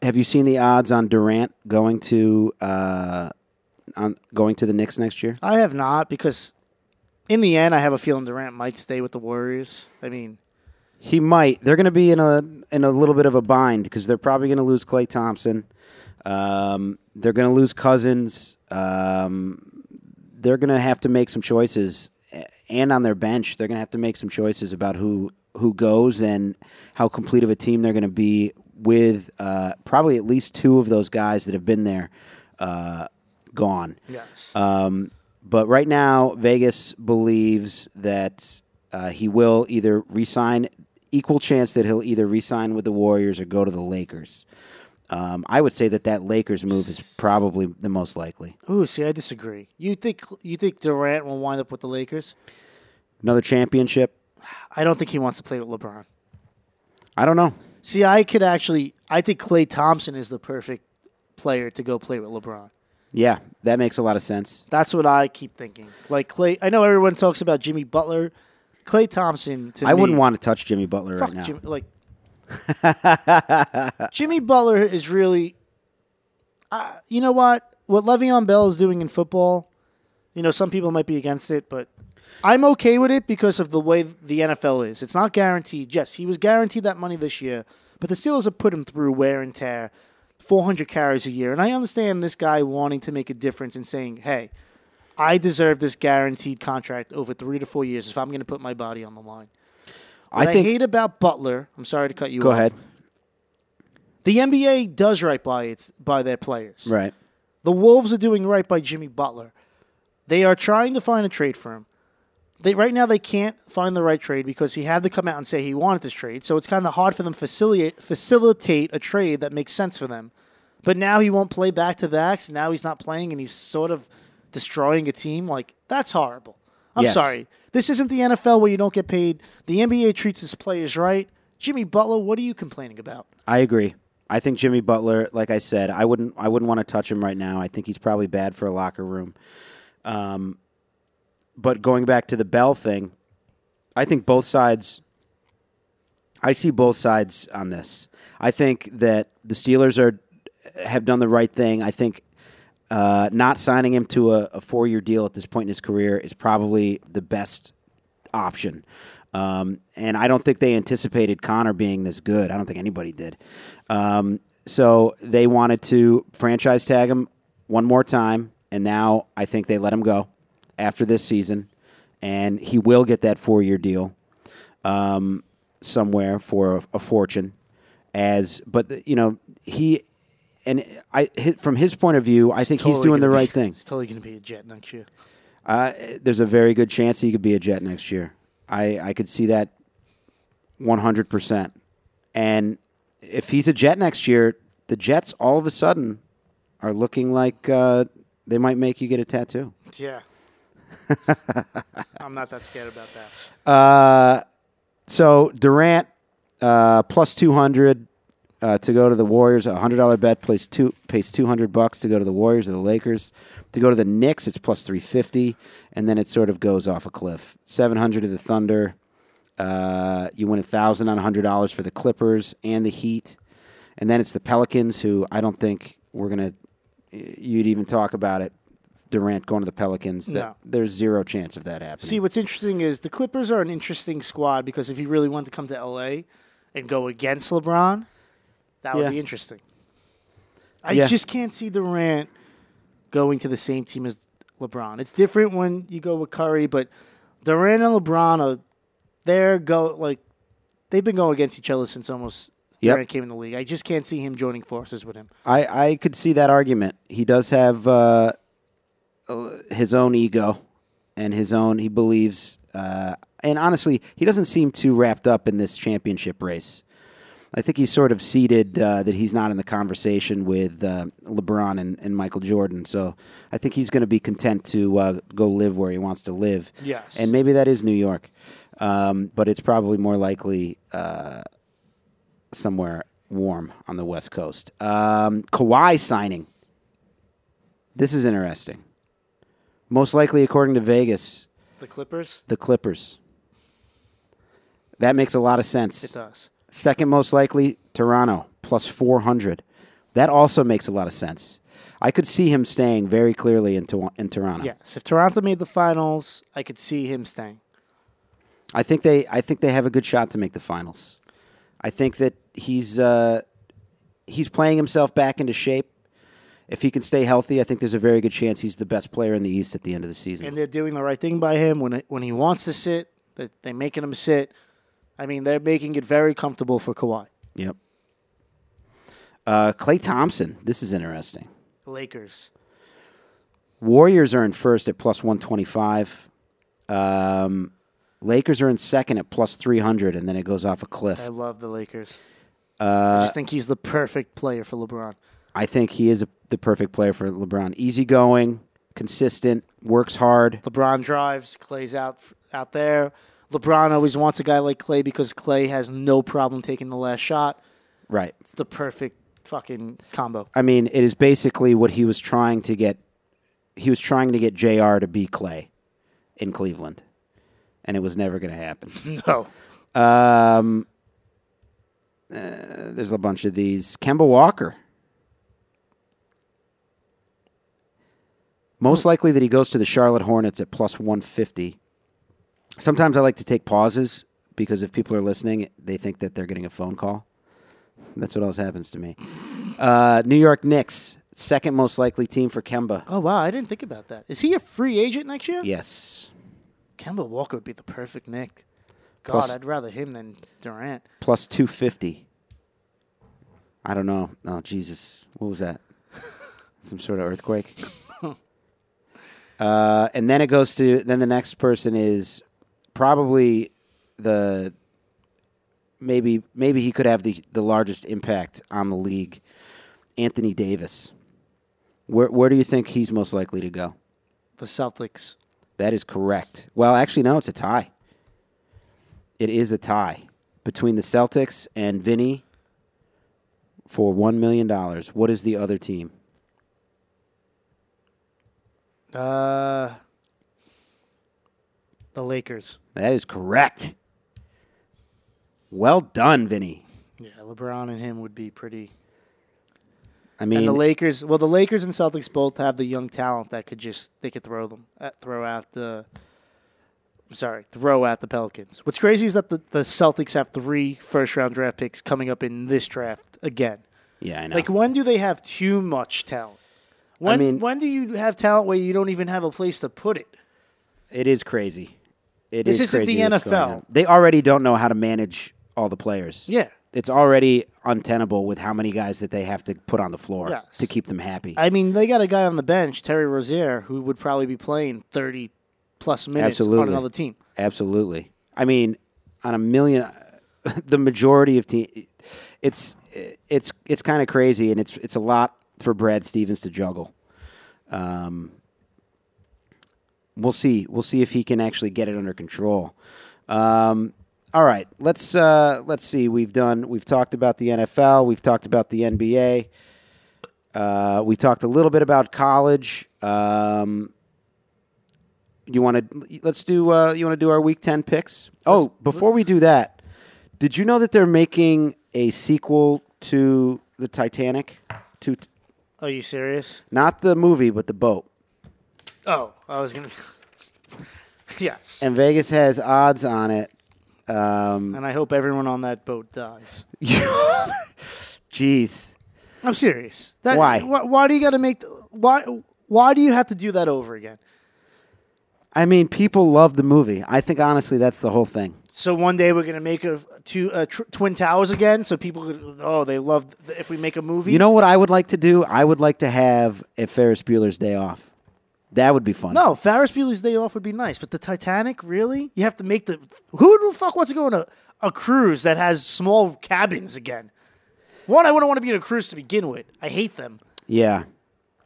Speaker 1: Have you seen the odds on Durant going to uh, on going to the Knicks next year?
Speaker 2: I have not because, in the end, I have a feeling Durant might stay with the Warriors. I mean,
Speaker 1: He might. They're going to be in a in a little bit of a bind because they're probably going to lose Clay Thompson. Um, they're going to lose Cousins. Um, they're going to have to make some choices, A- and on their bench, they're going to have to make some choices about who who goes and how complete of a team they're going to be with uh, probably at least two of those guys that have been there uh, gone.
Speaker 2: yes,
Speaker 1: Um, but right now, Vegas believes that uh, he will either resign. Equal chance that he'll either resign with the Warriors or go to the Lakers. Um, I would say that that Lakers move is probably the most likely.
Speaker 2: Ooh, see, I disagree. You think you think Durant will wind up with the Lakers?
Speaker 1: Another championship.
Speaker 2: I don't think he wants to play with LeBron.
Speaker 1: I don't know.
Speaker 2: See, I could actually. I think Clay Thompson is the perfect player to go play with LeBron.
Speaker 1: Yeah, that makes a lot of sense.
Speaker 2: That's what I keep thinking. Like Clay, I know everyone talks about Jimmy Butler. Clay Thompson to
Speaker 1: I
Speaker 2: me-
Speaker 1: wouldn't want to touch Jimmy Butler
Speaker 2: fuck
Speaker 1: right now.
Speaker 2: Jimmy, like Jimmy Butler is really, uh, you know what? What Le'Veon Bell is doing in football, you know, some people might be against it, but I'm okay with it because of the way the NFL is. It's not guaranteed. Yes, he was guaranteed that money this year, but the Steelers have put him through wear and tear, 400 carries a year, and I understand this guy wanting to make a difference and saying, "Hey, I deserve this guaranteed contract over three to four years if I'm going to put my body on the line."
Speaker 1: I
Speaker 2: What I
Speaker 1: think.
Speaker 2: hate about Butler. I'm sorry to cut you.
Speaker 1: go
Speaker 2: off.
Speaker 1: ahead.
Speaker 2: The NBA does right by its by their players.
Speaker 1: Right.
Speaker 2: The Wolves are doing right by Jimmy Butler. They are trying to find a trade for him. They right now they can't find the right trade because he had to come out and say he wanted this trade. So it's kind of hard for them to facilitate facilitate a trade that makes sense for them. But now he won't play back to backs. Now he's not playing, and he's sort of destroying a team. Like that's horrible. I'm
Speaker 1: Yes.
Speaker 2: sorry. This isn't the NFL where you don't get paid. The NBA treats its players right. Jimmy Butler, what are you complaining about?
Speaker 1: I agree. I think Jimmy Butler, like I said, I wouldn't I wouldn't want to touch him right now. I think he's probably bad for a locker room. Um, but going back to the Bell thing, I think both sides I see both sides on this. I think that the Steelers are have done the right thing. I think uh, not signing him to a, a four year deal at this point in his career is probably the best option. Um, and I don't think they anticipated Connor being this good. I don't think anybody did. Um, so they wanted to franchise tag him one more time, and now I think they let him go after this season, and he will get that four year deal um, somewhere for a, a fortune. As but you know he and I hi- from his point of view, I think he's
Speaker 2: Totally
Speaker 1: doing the
Speaker 2: gonna
Speaker 1: right
Speaker 2: be-
Speaker 1: thing.
Speaker 2: He's totally going to be a Jet next year.
Speaker 1: Uh, there's a very good chance he could be a Jet next year. I, I could see that 100%. And if he's a Jet next year, the Jets all of a sudden are looking like uh, they might make you get a tattoo.
Speaker 2: Yeah. I'm not that scared about that.
Speaker 1: Uh, So Durant uh, plus 200 uh, to go to the Warriors. A $100 bet plays two, pays 200 bucks to go to the Warriors or the Lakers. To go to the Knicks, it's plus 350. And then it sort of goes off a cliff. 700 to the Thunder. Uh, you win a 1000 on $100 for the Clippers and the Heat. And then it's the Pelicans, who I don't think we're gonna you'd even talk about it. Durant going to the Pelicans. That
Speaker 2: No.
Speaker 1: there's zero chance of that happening.
Speaker 2: See, what's interesting is the Clippers are an interesting squad because if he really wanted to come to LA and go against LeBron, that would
Speaker 1: Yeah.
Speaker 2: be interesting. I
Speaker 1: Yeah.
Speaker 2: just can't see Durant going to the same team as LeBron. It's different when you go with Curry, but Durant and LeBron are they're go like they've been going against each other since almost
Speaker 1: Yep.
Speaker 2: Durant came in the league. I just can't see him joining forces with him.
Speaker 1: I, I could see that argument. He does have uh, uh, his own ego and his own, he believes. Uh, and honestly, he doesn't seem too wrapped up in this championship race. I think he's sort of seated uh, that he's not in the conversation with uh, LeBron and, and Michael Jordan. So I think he's going to be content to uh, go live where he wants to live.
Speaker 2: Yes.
Speaker 1: And maybe that is New York. Um, but it's probably more likely uh, somewhere warm on the West Coast. Um, Kawhi signing. This is interesting. Most likely, according to Vegas,
Speaker 2: The Clippers,
Speaker 1: the Clippers. That makes a lot of
Speaker 2: it
Speaker 1: sense.
Speaker 2: does.
Speaker 1: Second most likely, Toronto, plus 400. That also makes a lot of sense. I could see him staying very clearly in, Tor- in Toronto.
Speaker 2: Yes, if Toronto made the finals, I could see him staying.
Speaker 1: I think they I think they have a good shot to make the finals. I think that he's uh, he's playing himself back into shape. If he can stay healthy, I think there's a very good chance he's the best player in the East at the end of the season.
Speaker 2: and they're doing the right thing by him when it, when he wants to sit. That they're making him sit. I mean, they're making it very comfortable for Kawhi.
Speaker 1: yep. Uh, Clay Thompson. This is interesting.
Speaker 2: The Lakers.
Speaker 1: Warriors are in first at plus 125. Um, Lakers are in second at plus 300, and then it goes off a cliff.
Speaker 2: I love the Lakers. I just think he's the perfect player for LeBron.
Speaker 1: I think he is a, the perfect player for LeBron. Easygoing, consistent, works hard.
Speaker 2: LeBron drives. Clay's out out there. LeBron always wants a guy like Clay because Clay has no problem taking the last shot.
Speaker 1: Right.
Speaker 2: It's the perfect fucking combo.
Speaker 1: I mean, it is basically what he was trying to get. He was trying to get JR to be Clay in Cleveland, and it was never going to happen.
Speaker 2: No.
Speaker 1: Um, uh, there's a bunch of these. Kemba Walker. Most likely that he goes to the Charlotte Hornets at plus 150. Sometimes I like to take pauses because if people are listening, they think that they're getting a phone call. That's what always happens to me. Uh, New York Knicks, second most likely team for Kemba.
Speaker 2: Oh wow, I didn't think about that. Is he a free agent next year?
Speaker 1: Yes.
Speaker 2: Kemba Walker would be the perfect Nick. God,
Speaker 1: Plus-
Speaker 2: I'd rather him than Durant.
Speaker 1: plus 250. I don't know. Oh, Jesus. What was that? Some sort of earthquake? uh, and then it goes to, then the next person is probably the, maybe, maybe he could have the, the largest impact on the league, Anthony Davis. Where, where do you think he's most likely to go?
Speaker 2: The Celtics.
Speaker 1: That is correct. Well, actually, no, it's a tie. It is a tie between the Celtics and Vinny for $1 million. What is the other team?
Speaker 2: Uh, the Lakers.
Speaker 1: That is correct. Well done, Vinny.
Speaker 2: Yeah, LeBron and him would be pretty.
Speaker 1: I
Speaker 2: And the
Speaker 1: mean,
Speaker 2: Lakers. Well, the Lakers and Celtics both have the young talent that could just they could throw them uh, throw out the. I'm sorry, throw out the Pelicans. What's crazy is that the, the Celtics have three first round draft picks coming up in this draft again.
Speaker 1: yeah, I know.
Speaker 2: Like, when do they have too much talent? When
Speaker 1: mean-
Speaker 2: when do you have talent where you don't even have a place to put it?
Speaker 1: it is crazy. It
Speaker 2: This
Speaker 1: is
Speaker 2: isn't
Speaker 1: crazy
Speaker 2: the
Speaker 1: what's going
Speaker 2: NFL.
Speaker 1: on. They already don't know how to manage all the players.
Speaker 2: Yeah,
Speaker 1: It's already untenable with how many guys that they have to put on the floor
Speaker 2: Yes.
Speaker 1: to keep them happy.
Speaker 2: I mean, they got a guy on the bench, Terry Rozier, who would probably be playing 30 plus minutes on
Speaker 1: Absolutely.
Speaker 2: another team.
Speaker 1: Absolutely. I mean, on a million, the majority of team, it's it's it's kind of crazy, and it's it's a lot for Brad Stevens to juggle. Um, we'll see. We'll see if he can actually get it under control. Um, all right, let's uh, let's see. We've done. We've talked about the NFL. We've talked about the NBA. Uh, we talked a little bit about college. Um, you want to let's do uh, you want to do our week 10 picks oh before we do that did you know that they're making a sequel to the Titanic? Two, t-
Speaker 2: Are you serious?
Speaker 1: not the movie, but the boat.
Speaker 2: Oh, I was gonna. yes.
Speaker 1: And Vegas has odds on it. Um,
Speaker 2: And I hope everyone on that boat dies.
Speaker 1: Jeez.
Speaker 2: I'm serious. That,
Speaker 1: Why?
Speaker 2: why? Why do you got to make? The, why? Why do you have to do that over again?
Speaker 1: I mean, people love the movie. I think honestly, that's the whole thing.
Speaker 2: So one day we're gonna make a two uh, tr- twin towers again, so people could, oh they love if we make a movie.
Speaker 1: You know what I would like to do? I would like to have a Ferris Bueller's Day Off. That would be fun.
Speaker 2: no Ferris Bueller's Day Off would be nice, but the Titanic really? You have to make the who the fuck wants to go on a, a cruise that has small cabins again? One, I wouldn't want to be in a cruise to begin with. I hate them.
Speaker 1: Yeah.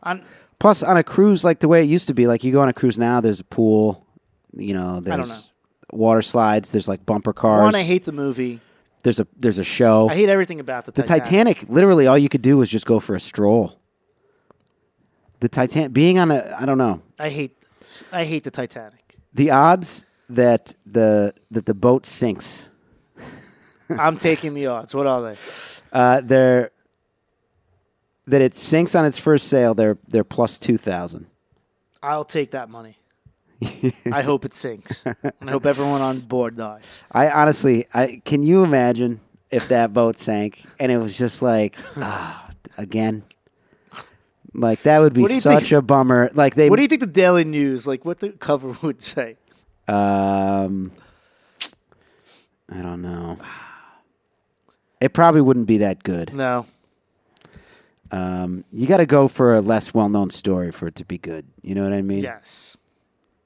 Speaker 2: I'm,
Speaker 1: Plus, on a cruise, like the way it used to be, like you go on a cruise now, there's a pool, you know, there's water slides, there's like bumper cars.
Speaker 2: one, I hate the movie.
Speaker 1: there's a there's a show.
Speaker 2: I hate everything about the,
Speaker 1: the
Speaker 2: Titanic.
Speaker 1: Titanic, literally, all you could do was just go for a stroll. The Titanic, being on a, I don't know,
Speaker 2: I hate, I hate the Titanic.
Speaker 1: the odds that the that the boat sinks,
Speaker 2: I'm taking the odds. What are they?
Speaker 1: uh, they're that it sinks on its first sail, they're they're plus two thousand.
Speaker 2: I'll take that money. I hope it sinks. And I hope everyone on board dies.
Speaker 1: I honestly, I can you imagine if that boat sank and it was just like ah, again, like that would be
Speaker 2: What do you
Speaker 1: such
Speaker 2: think-
Speaker 1: a bummer. Like they,
Speaker 2: What do you think the Daily News, like what the cover would say?
Speaker 1: um, I don't know. It probably wouldn't be that good.
Speaker 2: No.
Speaker 1: Um, you got to go for a less well-known story for it to be good. You know what I mean?
Speaker 2: Yes.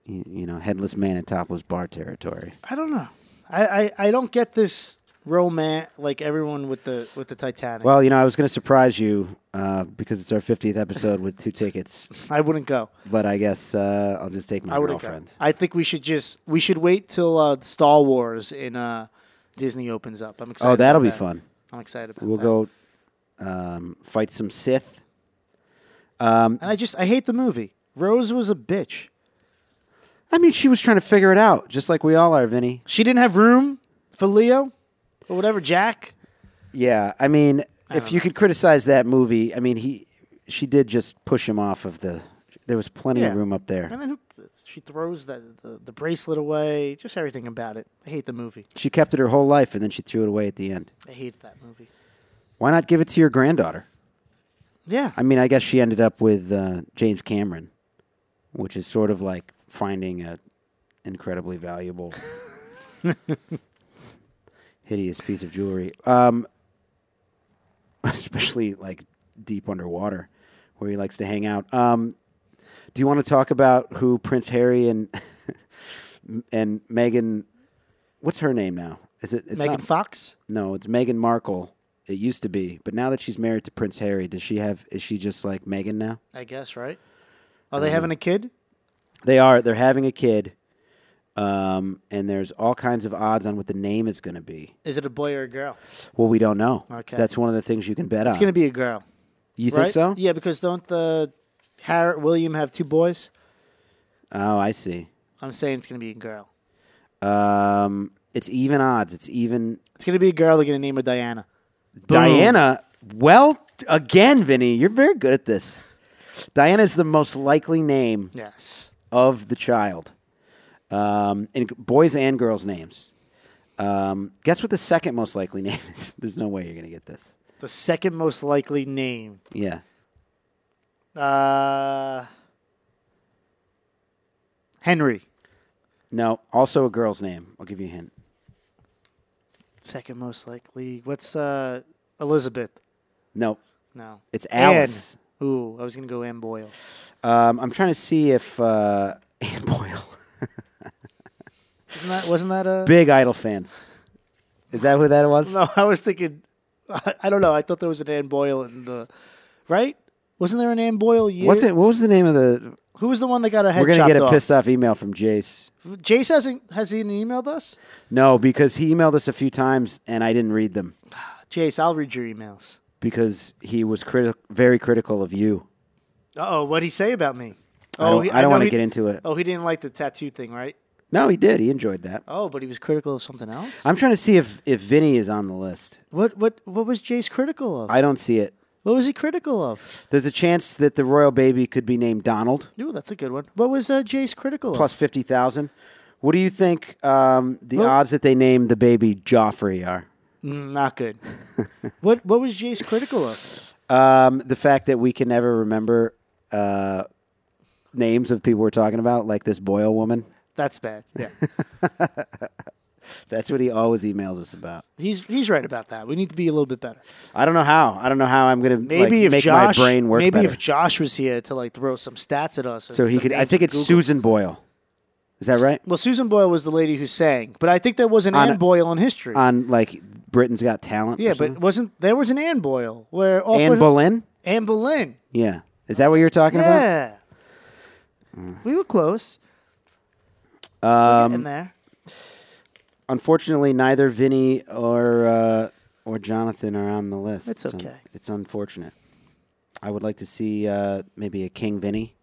Speaker 1: You, you know, headless man in topless bar territory.
Speaker 2: I don't know. I, I, I don't get this romance like everyone with the with the Titanic.
Speaker 1: Well, you know, I was going to surprise you uh, because it's our 50th episode with two tickets,
Speaker 2: I wouldn't go.
Speaker 1: but I guess uh, I'll just take my
Speaker 2: I wouldn't
Speaker 1: girlfriend. Oh,
Speaker 2: go. I think we should just we should wait till uh, Star Wars in uh, Disney opens up. I'm excited.
Speaker 1: Oh, that'll be
Speaker 2: about that.
Speaker 1: fun.
Speaker 2: I'm excited about
Speaker 1: We'll
Speaker 2: that.
Speaker 1: go um, fight some Sith.
Speaker 2: And I just I hate the movie. Rose was a bitch.
Speaker 1: I mean, she was trying to figure it out, just like we all are, Vinny.
Speaker 2: She didn't have room for Leo or whatever Jack.
Speaker 1: Yeah, I mean, if you could criticize that movie, I mean, he, she did just push him off of the. There was plenty of
Speaker 2: Yeah.
Speaker 1: room up there.
Speaker 2: And then who, she throws the, the the bracelet away. Just everything about it. I hate the movie.
Speaker 1: She kept it her whole life, and then she threw it away at the end.
Speaker 2: I hate that movie.
Speaker 1: Why not give it to your granddaughter?
Speaker 2: Yeah.
Speaker 1: I mean, I guess she ended up with uh, James Cameron, which is sort of like finding a incredibly valuable, hideous piece of jewelry, um, especially like deep underwater, where he likes to hang out. Um, do you want to talk about who Prince Harry and and Meghan? What's her name now? Is it it's
Speaker 2: Megan
Speaker 1: not-
Speaker 2: Fox.
Speaker 1: no, it's Meghan Markle. It used to be, but now that she's married to Prince Harry, does she have? Is she just like Meghan now?
Speaker 2: I guess right. Are
Speaker 1: Mm-hmm.
Speaker 2: they having a kid?
Speaker 1: They are. They're having a kid, um, and there's all kinds of odds on what the name is going to be.
Speaker 2: Is it a boy or a girl?
Speaker 1: Well, we don't know.
Speaker 2: Okay.
Speaker 1: that's one of the things you can bet
Speaker 2: It's
Speaker 1: on.
Speaker 2: gonna be a girl.
Speaker 1: you
Speaker 2: right?
Speaker 1: think so?
Speaker 2: Yeah, because don't the Harriet William have two boys?
Speaker 1: Oh, I see.
Speaker 2: I'm saying it's gonna be a girl.
Speaker 1: Um, it's even odds. It's even
Speaker 2: It's gonna be a girl. They're gonna name her Diana.
Speaker 1: Diana. Well, again, Vinny, you're very good at this. Diana is the most likely name
Speaker 2: Yes.
Speaker 1: of the child, um, and g- boys and girls' names. Um, guess what the second most likely name is? There's no way you're gonna get this.
Speaker 2: The second most likely name.
Speaker 1: Yeah,
Speaker 2: Uh, Henry.
Speaker 1: no. Also a girl's name. I'll give you a hint.
Speaker 2: Second most likely. What's uh Elizabeth?
Speaker 1: No,
Speaker 2: No.
Speaker 1: it's Alice.
Speaker 2: Anne. Ooh, I was gonna go Anne Boyle.
Speaker 1: Um, I'm trying to see if uh, Anne Boyle.
Speaker 2: Isn't that wasn't that uh, a
Speaker 1: Big Idol fans. Is that who that was?
Speaker 2: No, I was thinking I, I don't know. I thought there was an Anne Boyle in the right? Wasn't there an Anne Boyle year?
Speaker 1: What's it? What was the name of the?
Speaker 2: Who was the one that got a head
Speaker 1: We're gonna
Speaker 2: chopped
Speaker 1: get a
Speaker 2: off?
Speaker 1: pissed off email from Jace.
Speaker 2: Jace hasn't has he emailed us?
Speaker 1: No, because he emailed us a few times and I didn't read them
Speaker 2: Jace, I'll read your emails.
Speaker 1: because he was criti- very critical of you.
Speaker 2: Uh oh, what'd he say about me?
Speaker 1: I don't,
Speaker 2: Oh, he-
Speaker 1: I don't
Speaker 2: know
Speaker 1: want to
Speaker 2: he-
Speaker 1: get into it.
Speaker 2: Oh, he didn't like the tattoo thing, right?
Speaker 1: No, he did. He enjoyed that.
Speaker 2: Oh, but he was critical of something else?
Speaker 1: I'm trying to see if if Vinny is on the list.
Speaker 2: what what what was Jace critical of?
Speaker 1: I don't see it.
Speaker 2: What was he critical of?
Speaker 1: There's a chance that the royal baby could be named Donald.
Speaker 2: Ooh, that's a good one. What was uh, Jace critical
Speaker 1: Plus fifty thousand. What do you think um, the odds that they name the baby Joffrey are?
Speaker 2: of? Mm, not good. what What was Jace critical of?
Speaker 1: Um, the fact that we can never remember uh, names of people we're talking about, like this Boyle woman.
Speaker 2: That's bad. Yeah,
Speaker 1: That's what he always emails us about.
Speaker 2: he's he's right about that. We need to be a little bit better.
Speaker 1: I don't know how. I don't know how I'm gonna like,
Speaker 2: Maybe if
Speaker 1: make
Speaker 2: Josh,
Speaker 1: my brain work
Speaker 2: maybe
Speaker 1: better.
Speaker 2: if Josh was here to like throw some stats at us, or
Speaker 1: so he
Speaker 2: some
Speaker 1: could. I
Speaker 2: names
Speaker 1: think
Speaker 2: to
Speaker 1: it's
Speaker 2: Google.
Speaker 1: Susan Boyle. Is that right?
Speaker 2: Well, Susan Boyle was the lady who sang, but I think there was an
Speaker 1: On
Speaker 2: Anne
Speaker 1: a-
Speaker 2: Boyle in history.
Speaker 1: On like Britain's Got Talent. or
Speaker 2: yeah,
Speaker 1: something?
Speaker 2: but wasn't there was an Anne Boyle where off
Speaker 1: Anne
Speaker 2: with-
Speaker 1: Boleyn.
Speaker 2: Anne Boleyn?
Speaker 1: Yeah, is that what you're talking about?
Speaker 2: Yeah, we were close. Um, in there,
Speaker 1: Unfortunately, neither Vinny or uh, or Jonathan are on the list.
Speaker 2: It's
Speaker 1: It's un-
Speaker 2: okay.
Speaker 1: it's unfortunate. I would like to see uh, maybe a King Vinny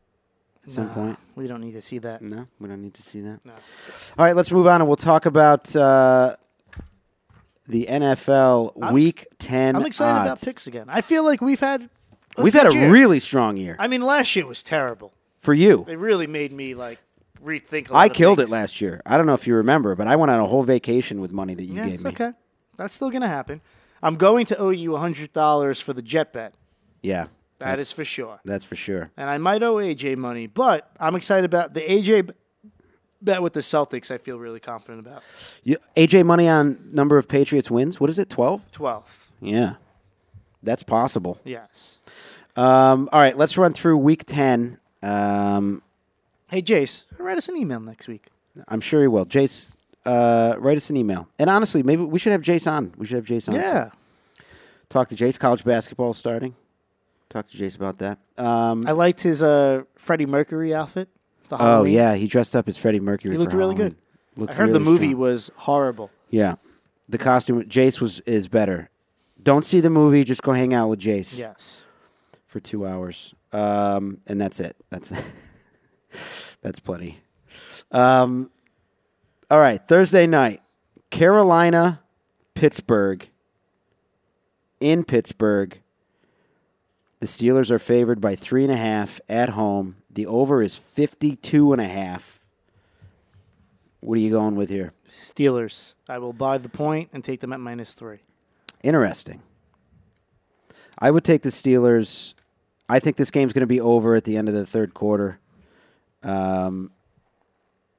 Speaker 1: at some point.
Speaker 2: we don't need to see that.
Speaker 1: No, we don't need to see that. All right, let's move on and we'll talk about uh, the NFL Week Ten.
Speaker 2: I'm excited about
Speaker 1: odds.
Speaker 2: picks again. I feel like we've had
Speaker 1: We've had a
Speaker 2: good year.
Speaker 1: really strong year
Speaker 2: I mean, last year was terrible.
Speaker 1: for you.
Speaker 2: It really made me like rethink. I
Speaker 1: I killed it last year. I don't know if you remember, but I went on a whole vacation with money that you
Speaker 2: Yeah,
Speaker 1: gave
Speaker 2: it's
Speaker 1: me.
Speaker 2: okay. That's still gonna happen. I'm going to owe you hundred dollars for the jet bet.
Speaker 1: Yeah,
Speaker 2: That is
Speaker 1: that's-
Speaker 2: for sure.
Speaker 1: That's for sure.
Speaker 2: And I might owe AJ money, but I'm excited about the AJ b- bet with the Celtics. I feel really confident about
Speaker 1: You, AJ money on number of Patriots wins. What is it? Twelve.
Speaker 2: twelve.
Speaker 1: Yeah, that's possible.
Speaker 2: Yes.
Speaker 1: Um, all right, let's run through Week Ten. Um,
Speaker 2: Hey Jace, write us an email next week.
Speaker 1: I'm sure he will. Jace, uh, write us an email. And honestly, maybe we should have Jace on. We should have Jace on. soon.
Speaker 2: Yeah,
Speaker 1: Talk to Jace. College basketball starting. Talk to Jace about that. Um,
Speaker 2: I liked his uh, Freddie Mercury outfit. The
Speaker 1: oh
Speaker 2: Halloween.
Speaker 1: yeah, he dressed up as Freddie Mercury.
Speaker 2: He looked
Speaker 1: for
Speaker 2: really
Speaker 1: Halloween.
Speaker 2: I
Speaker 1: Looked
Speaker 2: heard the
Speaker 1: really
Speaker 2: movie
Speaker 1: strong.
Speaker 2: was horrible.
Speaker 1: Yeah, the costume. Jace was is better. Don't see the movie. Just go hang out with Jace.
Speaker 2: Yes.
Speaker 1: for two hours, um, and that's it. That's that's plenty. Um, all right, Thursday night, Carolina, Pittsburgh. In Pittsburgh, the Steelers are favored by three and a half at home. The over is fifty-two and a half. What are you going with here?
Speaker 2: Steelers. I will buy the point and take them at minus three.
Speaker 1: Interesting. I would take the Steelers. I think this game's going to be over at the end of the third quarter. Um,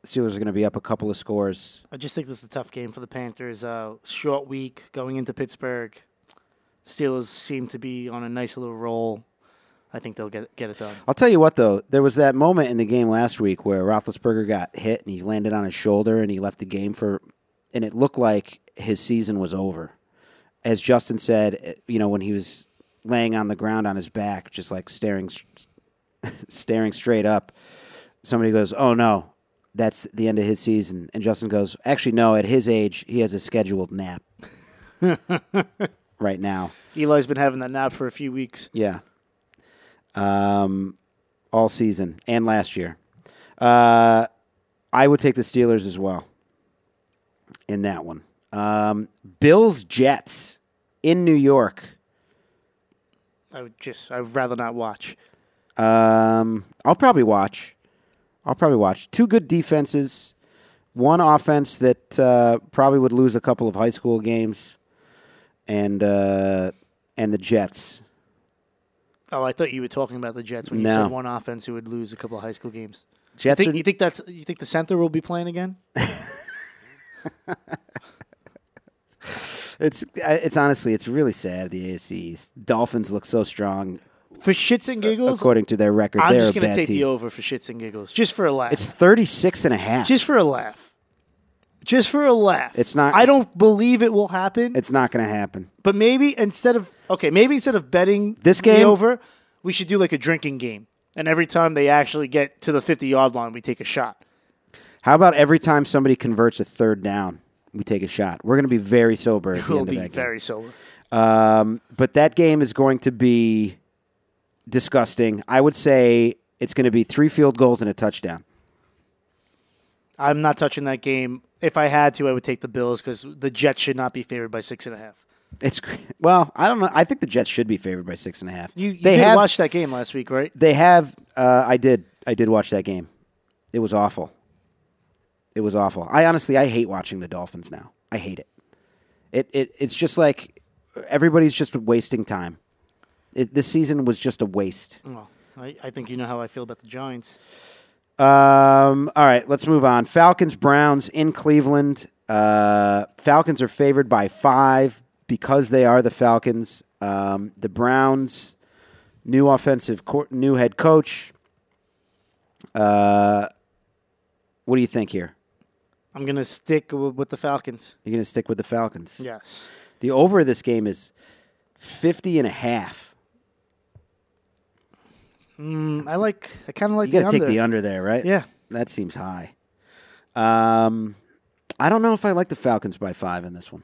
Speaker 1: Steelers are going to be up a couple of scores.
Speaker 2: I just think this is a tough game for the Panthers. Uh, short week going into Pittsburgh. Steelers seem to be on a nice little roll. I think they'll get get it done.
Speaker 1: I'll tell you what, though, there was that moment in the game last week where Roethlisberger got hit and he landed on his shoulder and he left the game for, and it looked like his season was over. As Justin said, eh, you know, when he was laying on the ground on his back, just like staring, s- staring straight up, somebody goes, "Oh no, that's the end of his season," and Justin goes, "Actually, no. At his age, he has a scheduled nap right now."
Speaker 2: Eli's been having that nap for a few weeks.
Speaker 1: Yeah. Um, all season and last year. Uh, I would take the Steelers as well in that one. Um, Bills Jets in New York.
Speaker 2: I would just I'd rather not watch.
Speaker 1: Um, I'll probably watch. I'll probably watch. Two good defenses, one offense that uh, probably would lose a couple of high school games, and uh, and the Jets.
Speaker 2: Oh, I thought you were talking about the Jets when you
Speaker 1: No.
Speaker 2: said one offense who would lose a couple of high school games. You
Speaker 1: Jets
Speaker 2: think,
Speaker 1: are-
Speaker 2: you think that's you think the center will be playing again?
Speaker 1: It's it's honestly it's really sad. The AFC East Dolphins look so strong
Speaker 2: For shits and giggles,
Speaker 1: according to their record.
Speaker 2: I'm
Speaker 1: Uh, They're
Speaker 2: just
Speaker 1: a
Speaker 2: gonna
Speaker 1: bad
Speaker 2: take
Speaker 1: team.
Speaker 2: the over for shits and giggles, just for a laugh.
Speaker 1: It's 36 and a half.
Speaker 2: just for a laugh. Just for a laugh.
Speaker 1: It's not-
Speaker 2: I don't believe it will happen.
Speaker 1: it's not going to happen.
Speaker 2: But maybe instead of okay, maybe instead of betting
Speaker 1: This
Speaker 2: the
Speaker 1: game-
Speaker 2: over, we should do like a drinking game. And every time they actually get to the fifty yard line, we take a shot.
Speaker 1: How about every time somebody converts a third down, we take a shot. We're going to be very sober at the
Speaker 2: We'll
Speaker 1: end of
Speaker 2: be
Speaker 1: that game.
Speaker 2: very sober.
Speaker 1: Um, but that game is going to be disgusting. I would say it's going to be three field goals and a touchdown.
Speaker 2: I'm not touching that game. If I had to, I would take the Bills because the Jets should not be favored by six and a half.
Speaker 1: It's well, I don't know. I think the Jets should be favored by six and a half.
Speaker 2: You, you
Speaker 1: they
Speaker 2: did
Speaker 1: have
Speaker 2: watch that game last week, right?
Speaker 1: they have. Uh, I did. I did watch that game. It was awful. It was awful. I honestly, I hate watching the Dolphins now. I hate it. It it it's just like everybody's just wasting time. It, this season was just a waste.
Speaker 2: Well, I, I think you know how I feel about the Giants.
Speaker 1: Um, all right, let's move on. Falcons Browns in Cleveland. Uh, Falcons are favored by five because they are the Falcons. Um, the Browns, new offensive, co- new head coach. Uh, what do you think here?
Speaker 2: I'm gonna stick w- with the Falcons.
Speaker 1: You're going to stick with the Falcons.
Speaker 2: Yes.
Speaker 1: The over of this game is 50 and a half.
Speaker 2: Mm, I like. I kind of like
Speaker 1: You got to
Speaker 2: the
Speaker 1: take
Speaker 2: under.
Speaker 1: the under there, right?
Speaker 2: Yeah.
Speaker 1: That seems high. Um, I don't know if I like the Falcons by five in this one.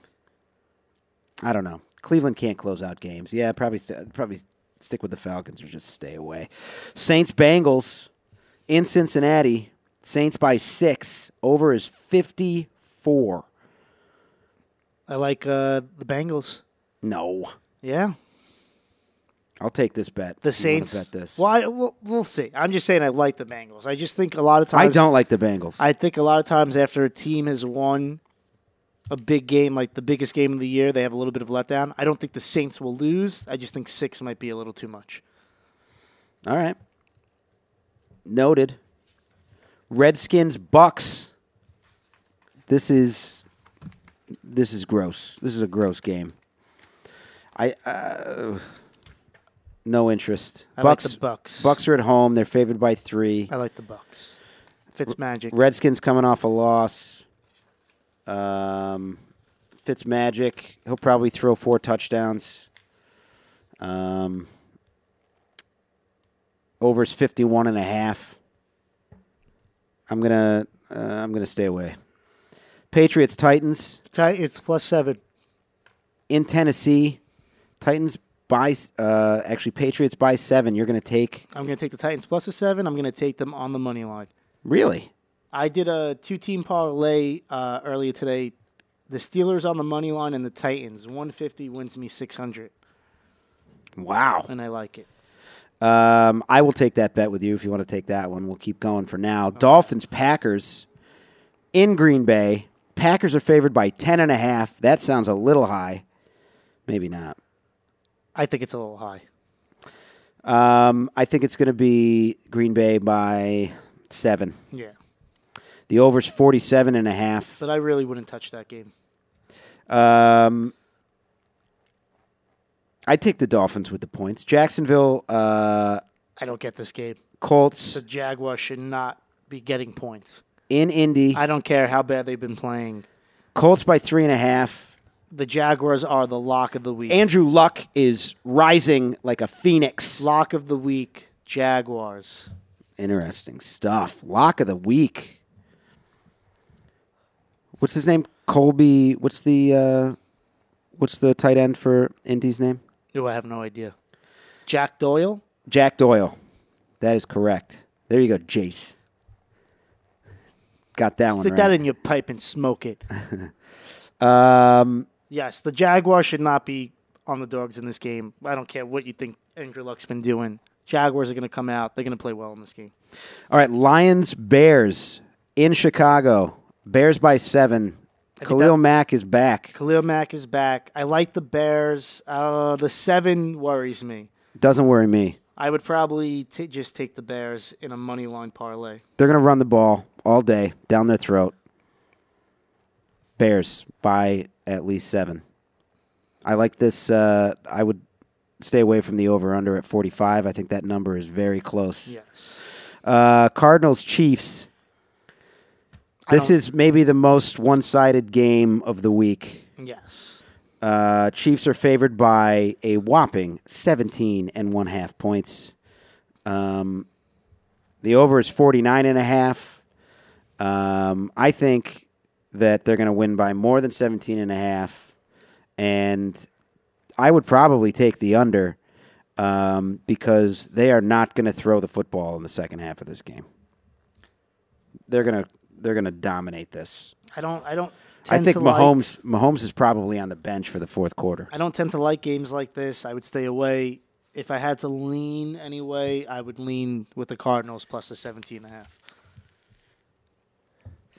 Speaker 1: I don't know. Cleveland can't close out games. Yeah, probably st- probably stick with the Falcons or just stay away. Saints Bengals in Cincinnati. Saints by six. Over is fifty four.
Speaker 2: I like uh, the Bengals.
Speaker 1: No,
Speaker 2: Yeah.
Speaker 1: I'll take this bet.
Speaker 2: The
Speaker 1: If you wanna
Speaker 2: Saints.
Speaker 1: Bet this.
Speaker 2: Well, I, we'll, we'll see. I'm just saying I like the Bengals. I just think a lot of
Speaker 1: I
Speaker 2: times
Speaker 1: don't like the Bengals.
Speaker 2: I think a lot of times after a team has won a big game, like the biggest game of the year, they have a little bit of letdown. I don't think the Saints will lose. I just think six might be a little too much.
Speaker 1: All right. Noted. Redskins Bucks. This is this is gross. This is a gross game. I uh, no interest.
Speaker 2: I
Speaker 1: Bucks
Speaker 2: like the Bucks.
Speaker 1: Bucks are at home. They're favored by 3.
Speaker 2: I like the Bucks. Fitzmagic.
Speaker 1: Redskins coming off a loss. Um Fitzmagic, he'll probably throw four touchdowns. Um overs 51 and a half. I'm going to uh, I'm going to stay away. Patriots Titans
Speaker 2: Ti- It's plus seven.
Speaker 1: in Tennessee. Titans by s- uh actually Patriots by 7. You're going to take
Speaker 2: I'm going to take the Titans plus a seven. I'm going to take them on the money line.
Speaker 1: Really?
Speaker 2: I did a two team parlay uh, earlier today. The Steelers on the money line and the Titans. 150 wins me 600,
Speaker 1: Wow.
Speaker 2: and I like it.
Speaker 1: Um, I will take that bet with you if you want to take that one. We'll keep going for now. Dolphins, Packers in Green Bay. Packers are favored by 10.5. That sounds a little high. Maybe not.
Speaker 2: I think it's a little high.
Speaker 1: Um, I think it's going to be Green Bay by 7.
Speaker 2: Yeah.
Speaker 1: The over's 47.5.
Speaker 2: But I really wouldn't touch that game.
Speaker 1: Um, I take the Dolphins with the points. Jacksonville, uh,
Speaker 2: I don't get this game.
Speaker 1: Colts
Speaker 2: The Jaguars should not be getting points.
Speaker 1: in Indy.
Speaker 2: I don't care how bad they've been playing.
Speaker 1: Colts by 3.5.
Speaker 2: The Jaguars are the lock of the week.
Speaker 1: Andrew Luck is rising like a phoenix.
Speaker 2: lock of the week, Jaguars.
Speaker 1: Interesting stuff. Lock of the week. What's his name? Colby. What's the uh, what's the tight end for Indy's name?
Speaker 2: Oh, I have no idea. Jack Doyle?
Speaker 1: Jack Doyle. That is correct. There you go, Jace. Got that one
Speaker 2: Stick that
Speaker 1: right.
Speaker 2: in your pipe and smoke it.
Speaker 1: um,
Speaker 2: Yes, the Jaguars should not be on the dogs in this game. I don't care what you think Andrew Luck's been doing. Jaguars are going to come out. They're going to play well in this game.
Speaker 1: all right, Lions Bears in Chicago. Bears by seven. Khalil
Speaker 2: that-
Speaker 1: Mack is back.
Speaker 2: Khalil Mack is back. I like the Bears. Uh, the seven worries me.
Speaker 1: Doesn't worry me.
Speaker 2: I would probably t- just take the Bears in a money line parlay.
Speaker 1: They're going to run the ball all day down their throat. Bears by at least seven. I like this. Uh, I would stay away from the over under at 45. I think that number is very close.
Speaker 2: Yes.
Speaker 1: Uh, Cardinals Chiefs.
Speaker 2: I
Speaker 1: This
Speaker 2: don't-
Speaker 1: is maybe the most one sided game of the week.
Speaker 2: Yes.
Speaker 1: Uh, Chiefs are favored by a whopping 17 and one half points. Um, the over is 49 and a half. Um, I think that they're going to win by more than 17 and a half. And I would probably take the under um, because they are not going to throw the football in the second half of this game. They're going to they're going to dominate this.
Speaker 2: I don't. I don't.
Speaker 1: I
Speaker 2: tend
Speaker 1: think
Speaker 2: to like-
Speaker 1: Mahomes Mahomes is probably on the bench for the fourth quarter.
Speaker 2: I don't tend to like games like this. I would stay away. If I had to lean anyway, I would lean with the Cardinals plus the 17 and a half.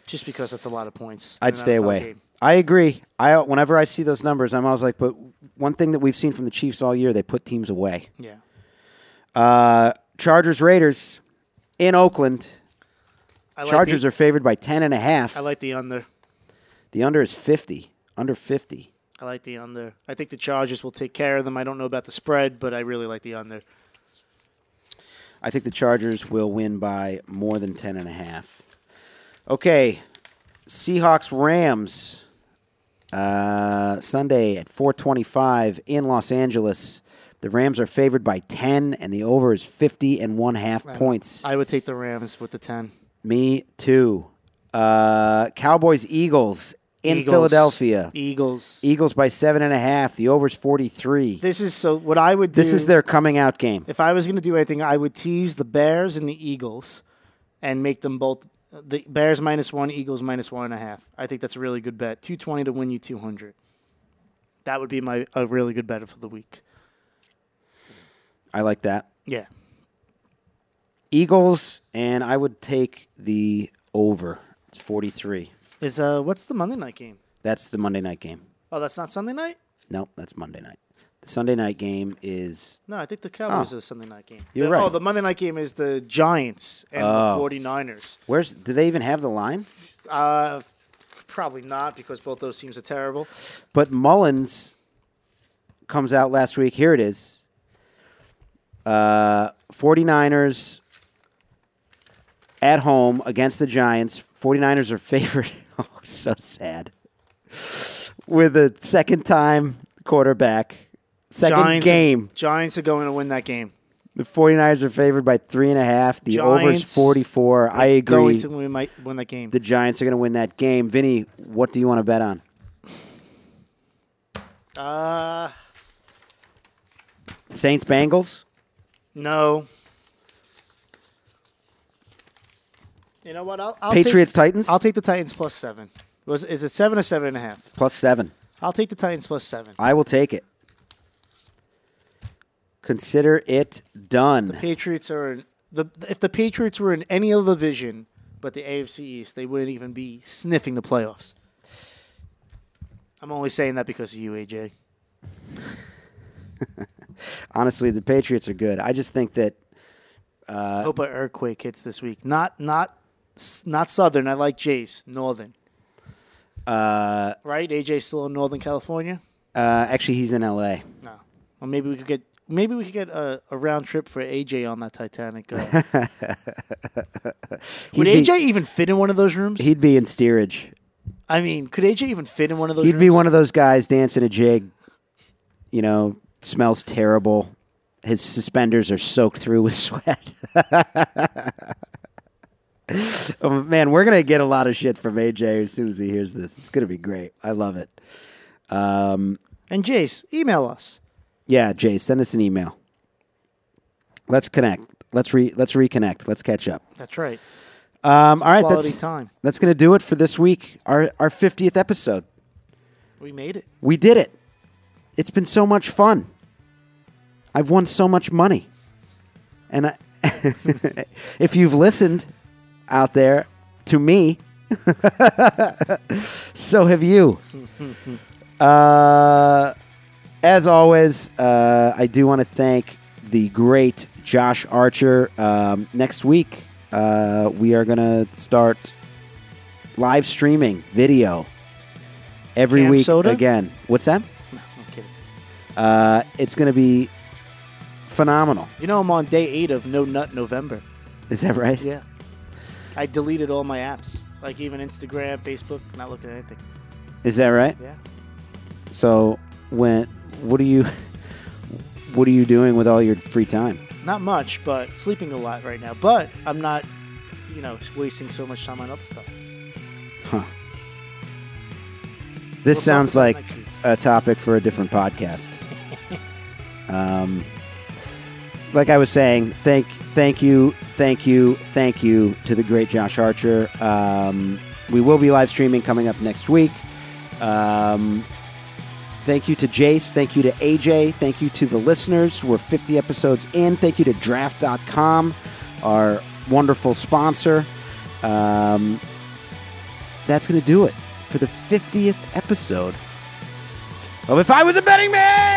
Speaker 2: Just because that's a lot of points. in
Speaker 1: I'd
Speaker 2: an
Speaker 1: stay
Speaker 2: NFL
Speaker 1: away.
Speaker 2: game.
Speaker 1: I agree. I whenever I see those numbers, I'm always like, but one thing that we've seen from the Chiefs all year, they put teams away.
Speaker 2: Yeah.
Speaker 1: Uh, Chargers Raiders in Oakland.
Speaker 2: I
Speaker 1: Chargers
Speaker 2: like
Speaker 1: are favored by ten and a half.
Speaker 2: the, I like the under.
Speaker 1: the under is fifty. Under fifty.
Speaker 2: I like the under. I think the Chargers will take care of them. I don't know about the spread, but I really like the under.
Speaker 1: I think the Chargers will win by more than ten and a half. Okay, Seahawks Rams uh, Sunday at four twenty-five in Los Angeles. The Rams are favored by ten, and the over is fifty and one half points.
Speaker 2: I would take the Rams with the 10.
Speaker 1: Me too. Uh, Cowboys Eagles in
Speaker 2: Eagles.
Speaker 1: Philadelphia. E-
Speaker 2: Eagles.
Speaker 1: Eagles by seven and a half. The over's forty-three.
Speaker 2: this is so what I would do.
Speaker 1: This is their coming out game.
Speaker 2: if I was going to do anything, I would tease the Bears and the Eagles and make them both the Bears minus one, Eagles minus one and a half. I think that's a really good bet. 220 to win you 200. That would be my a really good bet for the week.
Speaker 1: I like that.
Speaker 2: Yeah.
Speaker 1: Eagles, and I would take the over. It's 43.
Speaker 2: Is uh what's the Monday night game?
Speaker 1: That's the Monday night game.
Speaker 2: Oh, that's not Sunday night?
Speaker 1: No, that's Monday night. The Sunday night game is
Speaker 2: No, I think the Cowboys
Speaker 1: Oh.
Speaker 2: are the Sunday night game.
Speaker 1: You're
Speaker 2: The-
Speaker 1: right.
Speaker 2: Oh, the Monday night game is the Giants and
Speaker 1: Oh.
Speaker 2: the 49ers.
Speaker 1: where's? Do they even have the line?
Speaker 2: Uh probably not because both those teams are terrible.
Speaker 1: But Mullins comes out last week. Here it is. Uh, 49ers at home against the Giants. 49ers are favored. oh, so sad. With a second time quarterback. Second
Speaker 2: Giants
Speaker 1: game.
Speaker 2: Giants are going to win that game.
Speaker 1: The 49ers are favored by three and a half. The over's
Speaker 2: Giants
Speaker 1: 44. I agree.
Speaker 2: Going to win, my, win that game.
Speaker 1: the Giants are going to win that game. Vinny, what do you want to bet on?
Speaker 2: Uh,
Speaker 1: Saints Bengals?
Speaker 2: no. You know what? I'll, I'll
Speaker 1: Patriots
Speaker 2: Take,
Speaker 1: Titans?
Speaker 2: I'll take the Titans plus seven. Was is it seven or seven and a half?
Speaker 1: Plus seven.
Speaker 2: I'll take the Titans plus seven.
Speaker 1: I will take it. Consider it done.
Speaker 2: Patriots are in the if the Patriots were in any other division but the AFC East, they wouldn't even be sniffing the playoffs. I'm only saying that because of you, AJ.
Speaker 1: Honestly, the Patriots are good. I just think that Uh,
Speaker 2: I hope an earthquake hits this week. Not not s- not Southern. I like Jace Northern. Uh, right? AJ still in Northern California.
Speaker 1: uh, actually he's in LA.
Speaker 2: No. Well, maybe we could get maybe we could get a, a round trip for AJ on that Titanic. Uh,
Speaker 1: He'd
Speaker 2: would
Speaker 1: be,
Speaker 2: AJ even fit in one of those rooms?
Speaker 1: He'd be in steerage.
Speaker 2: I mean, could AJ even fit in one of those?
Speaker 1: He'd
Speaker 2: rooms?
Speaker 1: be one of those guys dancing a jig. You know, smells terrible. His suspenders are soaked through with sweat. oh, man, we're gonna get a lot of shit from AJ as soon as he hears this. It's gonna be great. I love it. Um,
Speaker 2: And Jace, email us.
Speaker 1: Yeah, Jay, send us an email. Let's connect. Let's re let's reconnect. Let's catch up.
Speaker 2: That's right.
Speaker 1: Um, all right,
Speaker 2: Quality
Speaker 1: that's
Speaker 2: time.
Speaker 1: that's gonna do it for this week. Our our fiftieth episode.
Speaker 2: We made it.
Speaker 1: We did it. It's been so much fun. I've won so much money, and I, if you've listened out there to me, so have you. Uh, as always, uh, I do want to thank the great Josh Archer. Um, next week, uh, we are going to start live streaming video every
Speaker 2: Cam
Speaker 1: week
Speaker 2: Soda?
Speaker 1: again. What's that?
Speaker 2: No, I'm kidding.
Speaker 1: Uh, it's going to be phenomenal.
Speaker 2: You know, I'm on day eight of No Nut November.
Speaker 1: Is that right?
Speaker 2: Yeah. I deleted all my apps, like even Instagram, Facebook. Not looking at anything.
Speaker 1: Is that right?
Speaker 2: Yeah.
Speaker 1: So when what are you what are you doing with all your free time?
Speaker 2: Not much, but sleeping a lot right now. But I'm not, you know, wasting so much time on other stuff.
Speaker 1: This
Speaker 2: We'll
Speaker 1: sounds
Speaker 2: talk
Speaker 1: like
Speaker 2: about it next week.
Speaker 1: a topic for a different podcast. um, like I was saying, thank, thank you, thank you, thank you to the great Josh Archer. Um, we will be live streaming coming up next week. Um, thank you to Jace. Thank you to AJ. Thank you to the listeners. We're 50 episodes in. Thank you to draft.com, our wonderful sponsor. Um, that's going to do it for the 50th episode of If I Was a Betting Man!